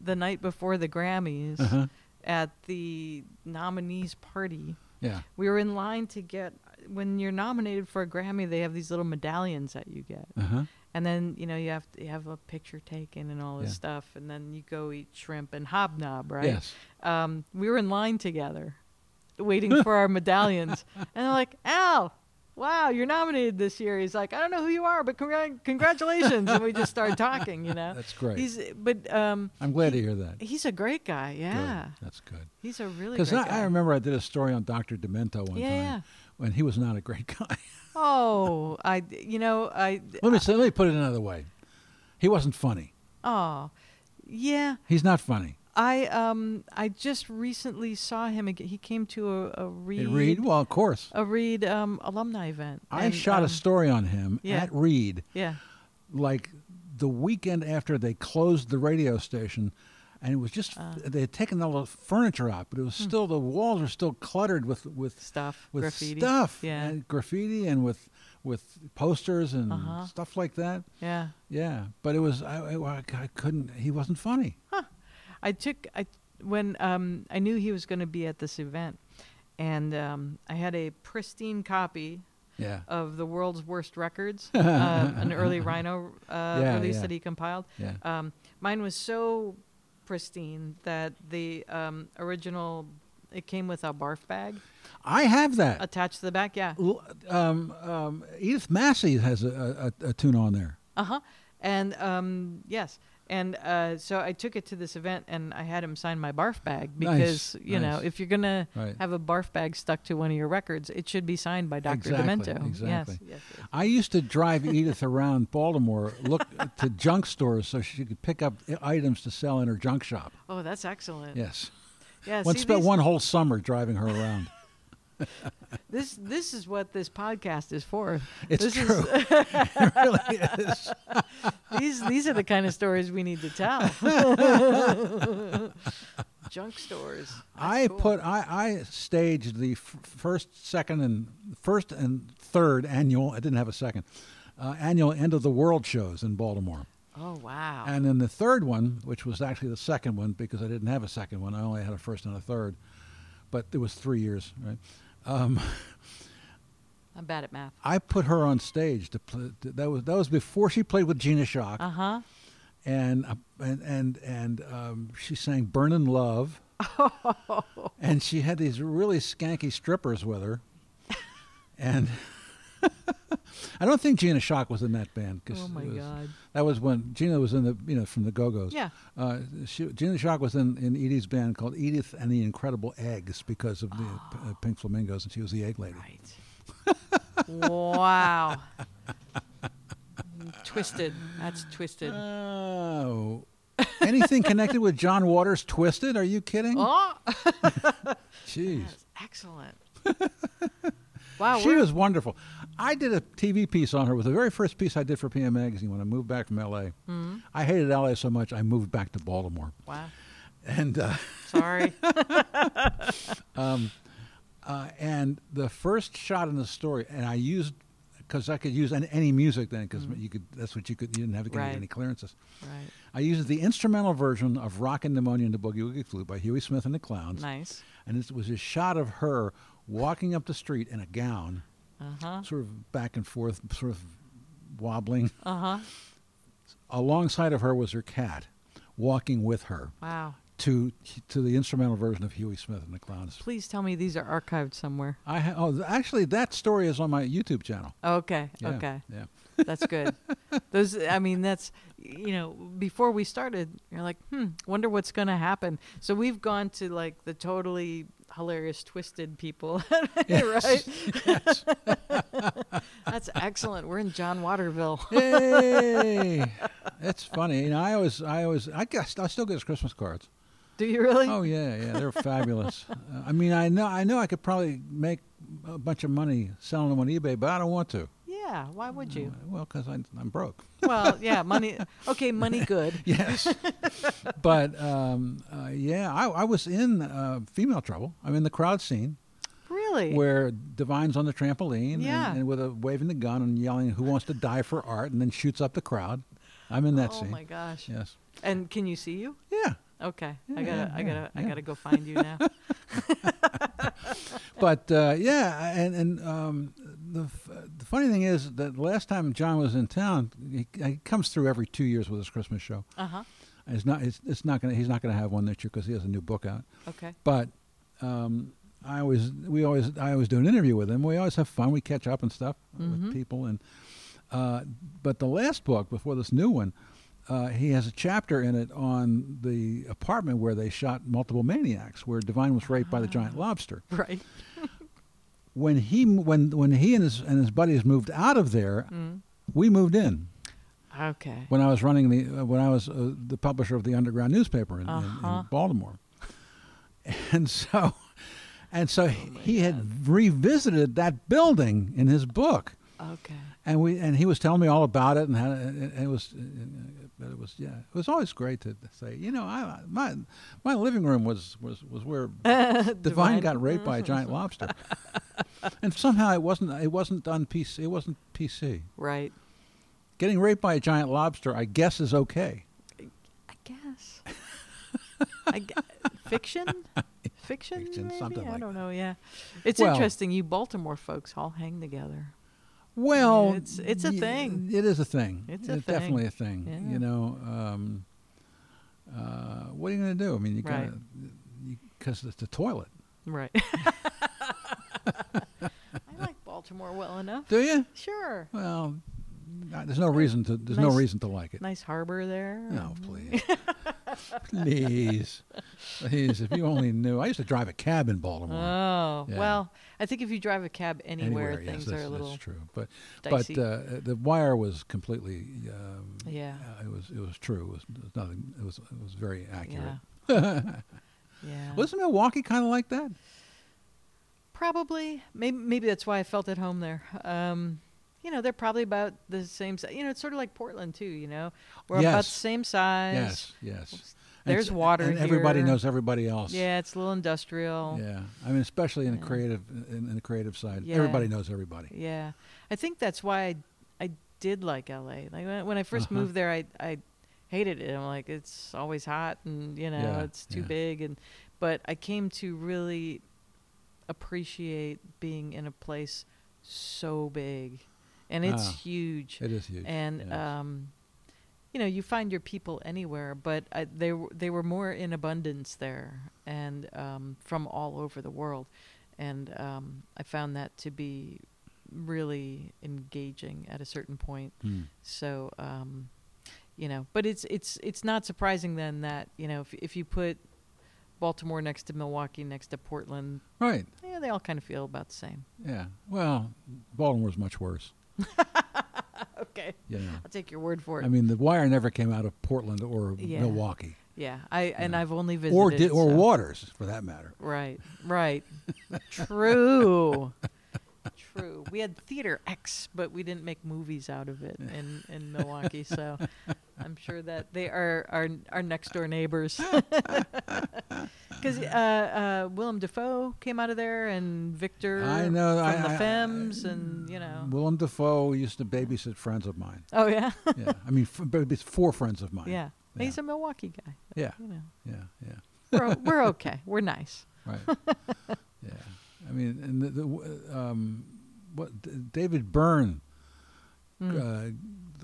[SPEAKER 2] the night before the Grammys
[SPEAKER 1] Uh-huh.
[SPEAKER 2] at the nominees party.
[SPEAKER 1] Yeah.
[SPEAKER 2] We were in line to get when you're nominated for a Grammy, they have these little medallions that you get.
[SPEAKER 1] Uh-huh.
[SPEAKER 2] And then you know you have you have a picture taken and all this
[SPEAKER 1] Yeah.
[SPEAKER 2] stuff, and then you go eat shrimp and hobnob, right?
[SPEAKER 1] Yes.
[SPEAKER 2] um, we were in line together, waiting for our medallions, and they're like, "Al, wow, you're nominated this year." He's like, "I don't know who you are, but congr- congratulations!" and we just started talking, you know.
[SPEAKER 1] That's great.
[SPEAKER 2] He's but um,
[SPEAKER 1] I'm glad to hear that.
[SPEAKER 2] he's a great guy. Yeah,
[SPEAKER 1] Good. That's good.
[SPEAKER 2] he's a really great
[SPEAKER 1] Because I,
[SPEAKER 2] guy.
[SPEAKER 1] I remember I did a story on Dr. Demento one
[SPEAKER 2] Yeah,
[SPEAKER 1] time
[SPEAKER 2] yeah.
[SPEAKER 1] when he was not a great guy.
[SPEAKER 2] Oh, I you know I
[SPEAKER 1] let me say, let me put it another way. He wasn't funny.
[SPEAKER 2] oh yeah.
[SPEAKER 1] He's not funny.
[SPEAKER 2] I um I just recently saw him again. He came to a, a read
[SPEAKER 1] At Reed, well, of course.
[SPEAKER 2] a read um alumni event.
[SPEAKER 1] I
[SPEAKER 2] and,
[SPEAKER 1] shot
[SPEAKER 2] um,
[SPEAKER 1] a story on him
[SPEAKER 2] yeah.
[SPEAKER 1] at Reed
[SPEAKER 2] Yeah.
[SPEAKER 1] like the weekend after they closed the radio station, and it was just
[SPEAKER 2] Ah.
[SPEAKER 1] they had taken all the furniture out, but it was
[SPEAKER 2] Hmm.
[SPEAKER 1] still the walls were still cluttered with with
[SPEAKER 2] Stuff,
[SPEAKER 1] with
[SPEAKER 2] graffiti.
[SPEAKER 1] stuff,
[SPEAKER 2] Yeah.
[SPEAKER 1] and graffiti, and with with posters and
[SPEAKER 2] Uh-huh.
[SPEAKER 1] stuff like that.
[SPEAKER 2] Yeah.
[SPEAKER 1] Yeah, but it was I, I, I couldn't. He wasn't funny.
[SPEAKER 2] I took I when um, I knew he was going to be at this event, and um, I had a pristine copy
[SPEAKER 1] Yeah,
[SPEAKER 2] of the world's worst records, uh, an early Rhino uh,
[SPEAKER 1] Yeah,
[SPEAKER 2] release
[SPEAKER 1] yeah.
[SPEAKER 2] that he compiled.
[SPEAKER 1] yeah.
[SPEAKER 2] Um, mine was so pristine that the um, original it came with a barf bag
[SPEAKER 1] I have that.
[SPEAKER 2] attached to the back. Yeah.
[SPEAKER 1] L- um, um, Edith Massey has a, a, a tune on there.
[SPEAKER 2] Uh huh. And um, yes. And uh, so I took it to this event, and I had him sign my barf bag
[SPEAKER 1] Nice,
[SPEAKER 2] because you know
[SPEAKER 1] nice.
[SPEAKER 2] if you're gonna
[SPEAKER 1] Right.
[SPEAKER 2] have a barf bag stuck to one of your records, it should be signed by Dr.
[SPEAKER 1] Exactly,
[SPEAKER 2] Demento.
[SPEAKER 1] exactly.
[SPEAKER 2] Yes, yes, yes.
[SPEAKER 1] I used to drive Edith around Baltimore, look to junk stores so she could pick up i- items to sell in her junk shop.
[SPEAKER 2] Oh, that's excellent.
[SPEAKER 1] Yes,
[SPEAKER 2] Yeah,
[SPEAKER 1] one
[SPEAKER 2] see,
[SPEAKER 1] spent
[SPEAKER 2] these-
[SPEAKER 1] one whole summer driving her around.
[SPEAKER 2] This this is what this podcast is for.
[SPEAKER 1] It's
[SPEAKER 2] this
[SPEAKER 1] true.
[SPEAKER 2] Is,
[SPEAKER 1] it really is.
[SPEAKER 2] these these are the kind of stories we need to tell. Junk stores. That's
[SPEAKER 1] I
[SPEAKER 2] cool.
[SPEAKER 1] put I, I staged the f- first, second, and first and third annual. I didn't have a second uh, annual end of the world shows in Baltimore.
[SPEAKER 2] Oh wow.
[SPEAKER 1] And then the third one, which was actually the second one because I didn't have a second one, I only had a first and a third, but it was three years, right? Um,
[SPEAKER 2] I'm bad at math.
[SPEAKER 1] I put her on stage to play. That was that was before she played with Gina Shock,
[SPEAKER 2] Uh huh.
[SPEAKER 1] and uh, and and and um, she sang "Burnin' Love," and she had these really skanky strippers with her, and. I don't think Gina Shock was in that band because
[SPEAKER 2] Oh my god.
[SPEAKER 1] that was when Gina was in the you know from the Go Go's.
[SPEAKER 2] Yeah.
[SPEAKER 1] Uh, she, Gina Shock was in, in Edie's band called Edith and the Incredible Eggs because of the p- uh, Pink Flamingos, and she was the egg lady.
[SPEAKER 2] Ah. Right. wow. twisted. That's twisted.
[SPEAKER 1] Uh, Oh. Anything connected with John Waters Twisted? Are you kidding?
[SPEAKER 2] oh,
[SPEAKER 1] Jeez.
[SPEAKER 2] that's excellent. Wow.
[SPEAKER 1] She
[SPEAKER 2] Oh, we're-
[SPEAKER 1] was wonderful. I did a TV piece on her. It was the very first piece I did for PM Magazine when I moved back from LA.
[SPEAKER 2] Mhm.
[SPEAKER 1] I hated LA so much I moved back to Baltimore.
[SPEAKER 2] Wow.
[SPEAKER 1] And uh,
[SPEAKER 2] Sorry.
[SPEAKER 1] Uh, and the first shot in the story, and I used because I could use an- any music then because you could. That's what you could. You didn't have to get
[SPEAKER 2] Mm. Right.
[SPEAKER 1] any clearances.
[SPEAKER 2] right.
[SPEAKER 1] I used the instrumental version of "Rockin' Pneumonia and the Boogie Woogie Flu" by Huey Smith and the Clowns,
[SPEAKER 2] Nice.
[SPEAKER 1] and it was a shot of her walking up the street in a gown,
[SPEAKER 2] Uh huh.
[SPEAKER 1] sort of back and forth, sort of wobbling.
[SPEAKER 2] Uh huh.
[SPEAKER 1] Alongside of her was her cat, walking with her
[SPEAKER 2] Wow.
[SPEAKER 1] to to the instrumental version of Huey Smith and the Clowns.
[SPEAKER 2] Please tell me these are archived somewhere.
[SPEAKER 1] I ha- oh, actually, that story is on my YouTube channel.
[SPEAKER 2] Okay.
[SPEAKER 1] Yeah,
[SPEAKER 2] Okay.
[SPEAKER 1] Yeah.
[SPEAKER 2] That's good. Those, I mean, that's, you know, before we started, you're like, hmm, wonder what's going to happen. So we've gone to like the totally hilarious, twisted people, right?
[SPEAKER 1] Yes.
[SPEAKER 2] That's excellent. We're in John Waterville.
[SPEAKER 1] hey, that's funny. You know, I always, I always, I guess I still get his Christmas cards.
[SPEAKER 2] Do you really?
[SPEAKER 1] Oh yeah, yeah, they're fabulous. Uh, I mean, I know, I know, I could probably make a bunch of money selling them on eBay, but I don't want to.
[SPEAKER 2] Yeah. Why would you?
[SPEAKER 1] Well, because I'm broke.
[SPEAKER 2] Well, yeah, money. Okay, money good.
[SPEAKER 1] Yes, but um, uh, yeah, I, I was in uh, female trouble. I'm in the crowd scene
[SPEAKER 2] Really?
[SPEAKER 1] where Divine's on the trampoline and-
[SPEAKER 2] Yeah.
[SPEAKER 1] and, with a waving the gun and yelling, "Who wants to die for art?" and then shoots up the crowd. I'm in that
[SPEAKER 2] oh
[SPEAKER 1] scene.
[SPEAKER 2] my gosh.
[SPEAKER 1] Yes.
[SPEAKER 2] And can you see you?
[SPEAKER 1] Yeah.
[SPEAKER 2] Okay.
[SPEAKER 1] Yeah,
[SPEAKER 2] I gotta,
[SPEAKER 1] yeah,
[SPEAKER 2] I gotta,
[SPEAKER 1] yeah,
[SPEAKER 2] I
[SPEAKER 1] yeah.
[SPEAKER 2] gotta go find you now.
[SPEAKER 1] But uh, yeah, and and um, the f- the funny thing is that last time John was in town, he, he comes through every two years with his Christmas show.
[SPEAKER 2] Uh huh.
[SPEAKER 1] And It's not it's, it's not gonna he's not gonna have one this year because he has a new book out.
[SPEAKER 2] Okay.
[SPEAKER 1] But um, I always we always I always do an interview with him. We always have fun. We catch up and stuff with
[SPEAKER 2] Mhm.
[SPEAKER 1] people. And uh, but the last book before this new one, uh, he has a chapter in it on the apartment where they shot multiple maniacs, where Divine was raped by the giant lobster
[SPEAKER 2] Right.
[SPEAKER 1] when he when when he and his and his buddies moved out of there,
[SPEAKER 2] Mm.
[SPEAKER 1] we moved in.
[SPEAKER 2] Okay.
[SPEAKER 1] When I was running the uh, when I was uh, the publisher of the underground newspaper in, in- in,
[SPEAKER 2] Uh-huh.
[SPEAKER 1] Baltimore, and
[SPEAKER 2] Oh,
[SPEAKER 1] so and so he had revisited that building in his book,
[SPEAKER 2] Okay.
[SPEAKER 1] and we and he was telling me all about it and how and it was but it was yeah it was always great to say you know I my my living room was was was where divine,
[SPEAKER 2] Divine.
[SPEAKER 1] got raped by a giant lobster and somehow it wasn't it wasn't on PC it wasn't PC
[SPEAKER 2] Right.
[SPEAKER 1] getting raped by a giant lobster I guess is okay
[SPEAKER 2] I guess. I g- fiction? Fiction?
[SPEAKER 1] Fiction,
[SPEAKER 2] maybe?
[SPEAKER 1] something
[SPEAKER 2] I
[SPEAKER 1] like
[SPEAKER 2] don't know. Yeah. It's
[SPEAKER 1] Well-
[SPEAKER 2] interesting. You Baltimore folks all hang together.
[SPEAKER 1] well
[SPEAKER 2] It's- it's a
[SPEAKER 1] y-
[SPEAKER 2] thing.
[SPEAKER 1] it is a thing
[SPEAKER 2] It's a thing.
[SPEAKER 1] definitely a thing
[SPEAKER 2] Yeah.
[SPEAKER 1] you know um, uh, what are you gonna do I mean you
[SPEAKER 2] Right.
[SPEAKER 1] gotta because it's the toilet
[SPEAKER 2] Right. I like Baltimore well enough.
[SPEAKER 1] do you
[SPEAKER 2] Sure.
[SPEAKER 1] Well, n- there's no reason to. There's no
[SPEAKER 2] Nice-
[SPEAKER 1] reason to like it.
[SPEAKER 2] Nice harbor there.
[SPEAKER 1] No, please, please, please. If you only knew. I used to drive a cab in Baltimore.
[SPEAKER 2] Oh,
[SPEAKER 1] Yeah.
[SPEAKER 2] well, I think if you drive a cab anywhere,
[SPEAKER 1] yes,
[SPEAKER 2] things
[SPEAKER 1] that's,
[SPEAKER 2] are a
[SPEAKER 1] that's
[SPEAKER 2] little
[SPEAKER 1] true. But
[SPEAKER 2] dicey.
[SPEAKER 1] but uh, the wire was completely. Um,
[SPEAKER 2] yeah.
[SPEAKER 1] uh, it was it was true. It was, it was nothing. It was it was very accurate.
[SPEAKER 2] Yeah. uh, yeah.
[SPEAKER 1] Wasn't Milwaukee kind of like that?
[SPEAKER 2] Probably. Maybe, maybe that's why I felt at home there. Um, you know, they're probably about the same. si- You know, it's sort of like Portland too. You know, we're about
[SPEAKER 1] Yes.
[SPEAKER 2] the same size.
[SPEAKER 1] Yes, yes. And
[SPEAKER 2] There's
[SPEAKER 1] it's-
[SPEAKER 2] water
[SPEAKER 1] and everybody
[SPEAKER 2] here.
[SPEAKER 1] knows everybody else.
[SPEAKER 2] Yeah, it's a little industrial.
[SPEAKER 1] Yeah. I mean, especially in the
[SPEAKER 2] Yeah.
[SPEAKER 1] creative in, in the creative side,
[SPEAKER 2] Yeah.
[SPEAKER 1] everybody knows everybody.
[SPEAKER 2] Yeah. I think that's why I, I did like LA. Like when, when I 1st
[SPEAKER 1] Uh-huh.
[SPEAKER 2] moved there, I I hated it. I'm like it's always hot and you know
[SPEAKER 1] Yeah,
[SPEAKER 2] it's too
[SPEAKER 1] yeah.
[SPEAKER 2] big and but I came to really appreciate being in a place so big and it's
[SPEAKER 1] Ah,
[SPEAKER 2] huge
[SPEAKER 1] It is huge.
[SPEAKER 2] and
[SPEAKER 1] yes.
[SPEAKER 2] um you know you find your people anywhere but I, they were they were more in abundance there and um from all over the world and um i found that to be really engaging at a certain point
[SPEAKER 1] Hmm.
[SPEAKER 2] so um you know but it's it's it's not surprising then that you know if if you put baltimore next to milwaukee next to portland
[SPEAKER 1] Right.
[SPEAKER 2] yeah they all kind of feel about the same
[SPEAKER 1] Yeah. Well, Baltimore's much worse.
[SPEAKER 2] okay
[SPEAKER 1] You know.
[SPEAKER 2] i'll take your word for it
[SPEAKER 1] I mean, the wire never came out of Portland or
[SPEAKER 2] Yeah.
[SPEAKER 1] Milwaukee
[SPEAKER 2] yeah i and
[SPEAKER 1] Yeah.
[SPEAKER 2] i've only visited
[SPEAKER 1] or di- or
[SPEAKER 2] so-
[SPEAKER 1] Waters, for that matter.
[SPEAKER 2] Right, right. True. True. We had Theater X, but we didn't make movies out of it in, in Milwaukee. So I'm sure that they are our, our next door neighbors. Because uh, uh, Willem Dafoe came out of there and Victor
[SPEAKER 1] I know,
[SPEAKER 2] from
[SPEAKER 1] I-
[SPEAKER 2] the
[SPEAKER 1] I-
[SPEAKER 2] Femmes and, you know.
[SPEAKER 1] Willem Dafoe used to babysit friends of mine.
[SPEAKER 2] oh, yeah.
[SPEAKER 1] Yeah. I mean, f- babys four friends of mine.
[SPEAKER 2] yeah.
[SPEAKER 1] Oh, Yeah.
[SPEAKER 2] He's a Milwaukee guy.
[SPEAKER 1] Yeah.
[SPEAKER 2] You know,
[SPEAKER 1] Yeah. Yeah.
[SPEAKER 2] we're, o- we're okay. We're nice.
[SPEAKER 1] Right. yeah. I mean, and the, the w- um, what D- David Byrne
[SPEAKER 2] Mm.
[SPEAKER 1] uh,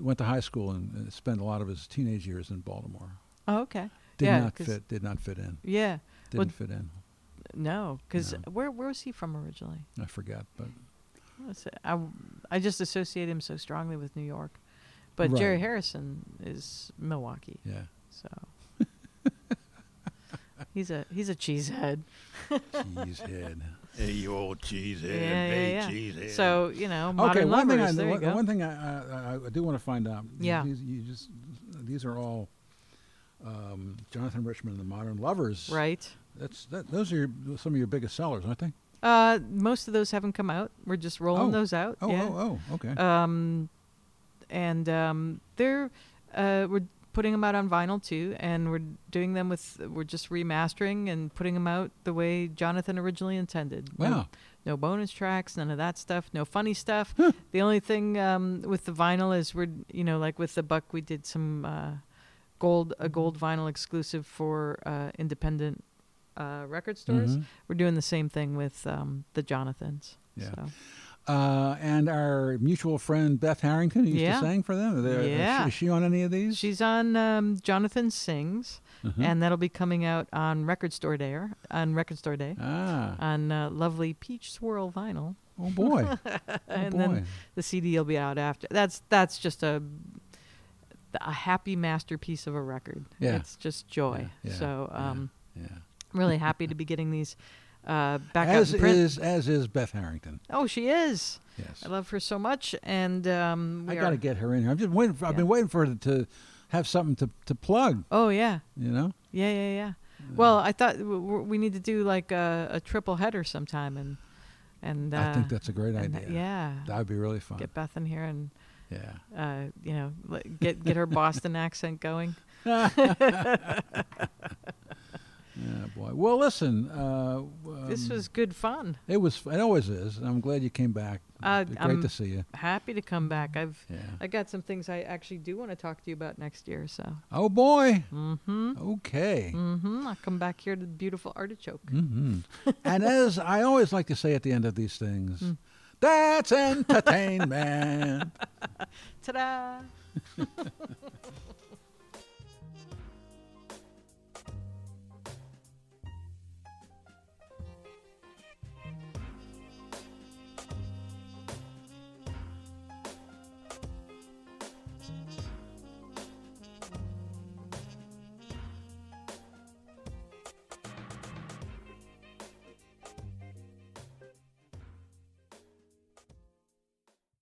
[SPEAKER 1] went to high school and, and spent a lot of his teenage years in Baltimore.
[SPEAKER 2] oh, okay.
[SPEAKER 1] Did
[SPEAKER 2] Yeah,
[SPEAKER 1] not
[SPEAKER 2] 'cause-
[SPEAKER 1] fit. Did not fit in.
[SPEAKER 2] Yeah. Well-
[SPEAKER 1] Didn't fit in.
[SPEAKER 2] No, because
[SPEAKER 1] No.
[SPEAKER 2] where, where was he from originally?
[SPEAKER 1] I forgot, but
[SPEAKER 2] What was it? I, w- I just associate him so strongly with New York. But Jerry
[SPEAKER 1] Right.
[SPEAKER 2] Harrison is Milwaukee,
[SPEAKER 1] yeah.
[SPEAKER 2] so he's a he's a cheesehead.
[SPEAKER 1] cheesehead. Hey, you old cheesehead.
[SPEAKER 2] yeah, yeah, yeah. So you know, modern
[SPEAKER 1] okay, one thing,
[SPEAKER 2] lovers.
[SPEAKER 1] I,
[SPEAKER 2] there you
[SPEAKER 1] one,
[SPEAKER 2] go.
[SPEAKER 1] one thing I, I- I, I do want to find out. is
[SPEAKER 2] Yeah.
[SPEAKER 1] These, you just, these are all um, Jonathan Richmond and the Modern Lovers.
[SPEAKER 2] right.
[SPEAKER 1] That's that, Those are your, some of your biggest sellers, aren't they?
[SPEAKER 2] Uh, most of those haven't come out. We're just rolling
[SPEAKER 1] Oh.
[SPEAKER 2] those out.
[SPEAKER 1] Oh,
[SPEAKER 2] yeah.
[SPEAKER 1] oh, oh, okay.
[SPEAKER 2] um, and um, they're uh, we're putting them out on vinyl too, and we're doing them with we're just remastering and putting them out the way Jonathan originally intended. No-
[SPEAKER 1] Wow.
[SPEAKER 2] No, bonus tracks, none of that stuff, no funny stuff. The only thing um, with the vinyl is we're you know like with the buck we did some uh, gold
[SPEAKER 1] Mm-hmm.
[SPEAKER 2] a gold vinyl exclusive for uh, independent. Uh, record stores.
[SPEAKER 1] Mhm.
[SPEAKER 2] We're doing the same thing with um, the Jonathans.
[SPEAKER 1] Yeah.
[SPEAKER 2] So.
[SPEAKER 1] Uh, and our mutual friend Beth Harrington, who used
[SPEAKER 2] Yeah.
[SPEAKER 1] to sing for them. Are there- is she-
[SPEAKER 2] Yeah.
[SPEAKER 1] Is she on any of these?
[SPEAKER 2] She's on um, Jonathan Sings,
[SPEAKER 1] Uh-huh.
[SPEAKER 2] and that'll be coming out on Record Store Day, or- on Record Store Day,
[SPEAKER 1] ah,
[SPEAKER 2] on uh, lovely peach swirl vinyl,
[SPEAKER 1] oh boy, oh
[SPEAKER 2] and
[SPEAKER 1] boy.
[SPEAKER 2] then the CD will be out after. That's that's just a a happy masterpiece of a record.
[SPEAKER 1] Yeah.
[SPEAKER 2] It's just joy.
[SPEAKER 1] Yeah, yeah,
[SPEAKER 2] so
[SPEAKER 1] yeah.
[SPEAKER 2] um,
[SPEAKER 1] yeah.
[SPEAKER 2] really happy to be getting these uh, back
[SPEAKER 1] As
[SPEAKER 2] out in print.
[SPEAKER 1] is as is Beth Harrington.
[SPEAKER 2] oh, she is.
[SPEAKER 1] Yes.
[SPEAKER 2] I love her so much, and um,
[SPEAKER 1] I
[SPEAKER 2] we
[SPEAKER 1] got
[SPEAKER 2] are-
[SPEAKER 1] to get her in here. I'm just waiting. For, I've
[SPEAKER 2] Yeah.
[SPEAKER 1] been waiting for her to have something to, to plug.
[SPEAKER 2] Oh yeah.
[SPEAKER 1] You know.
[SPEAKER 2] Yeah, yeah, yeah. Well, I thought w- w- we need to do like a, a triple header sometime, and And
[SPEAKER 1] I think
[SPEAKER 2] uh,
[SPEAKER 1] that's a great
[SPEAKER 2] and
[SPEAKER 1] idea.
[SPEAKER 2] yeah,
[SPEAKER 1] That would be really fun.
[SPEAKER 2] get Beth in here and
[SPEAKER 1] yeah.
[SPEAKER 2] uh, you know le- get get her Boston accent going.
[SPEAKER 1] Yeah, boy. Well, listen. Uh,
[SPEAKER 2] this
[SPEAKER 1] um,
[SPEAKER 2] was good fun.
[SPEAKER 1] It was. It always is. And I'm glad you came back.
[SPEAKER 2] Uh,
[SPEAKER 1] Great
[SPEAKER 2] I'm-
[SPEAKER 1] to see you.
[SPEAKER 2] Happy to come back. I've
[SPEAKER 1] Yeah.
[SPEAKER 2] I got some things I actually do want to talk to you about next year. So
[SPEAKER 1] Oh boy.
[SPEAKER 2] mm-hmm,
[SPEAKER 1] Okay.
[SPEAKER 2] mm-hmm. I'll come back here to the beautiful artichoke.
[SPEAKER 1] hmm and as I always like to say at the end of these things,
[SPEAKER 2] Mm.
[SPEAKER 1] that's entertainment.
[SPEAKER 2] Ta-da!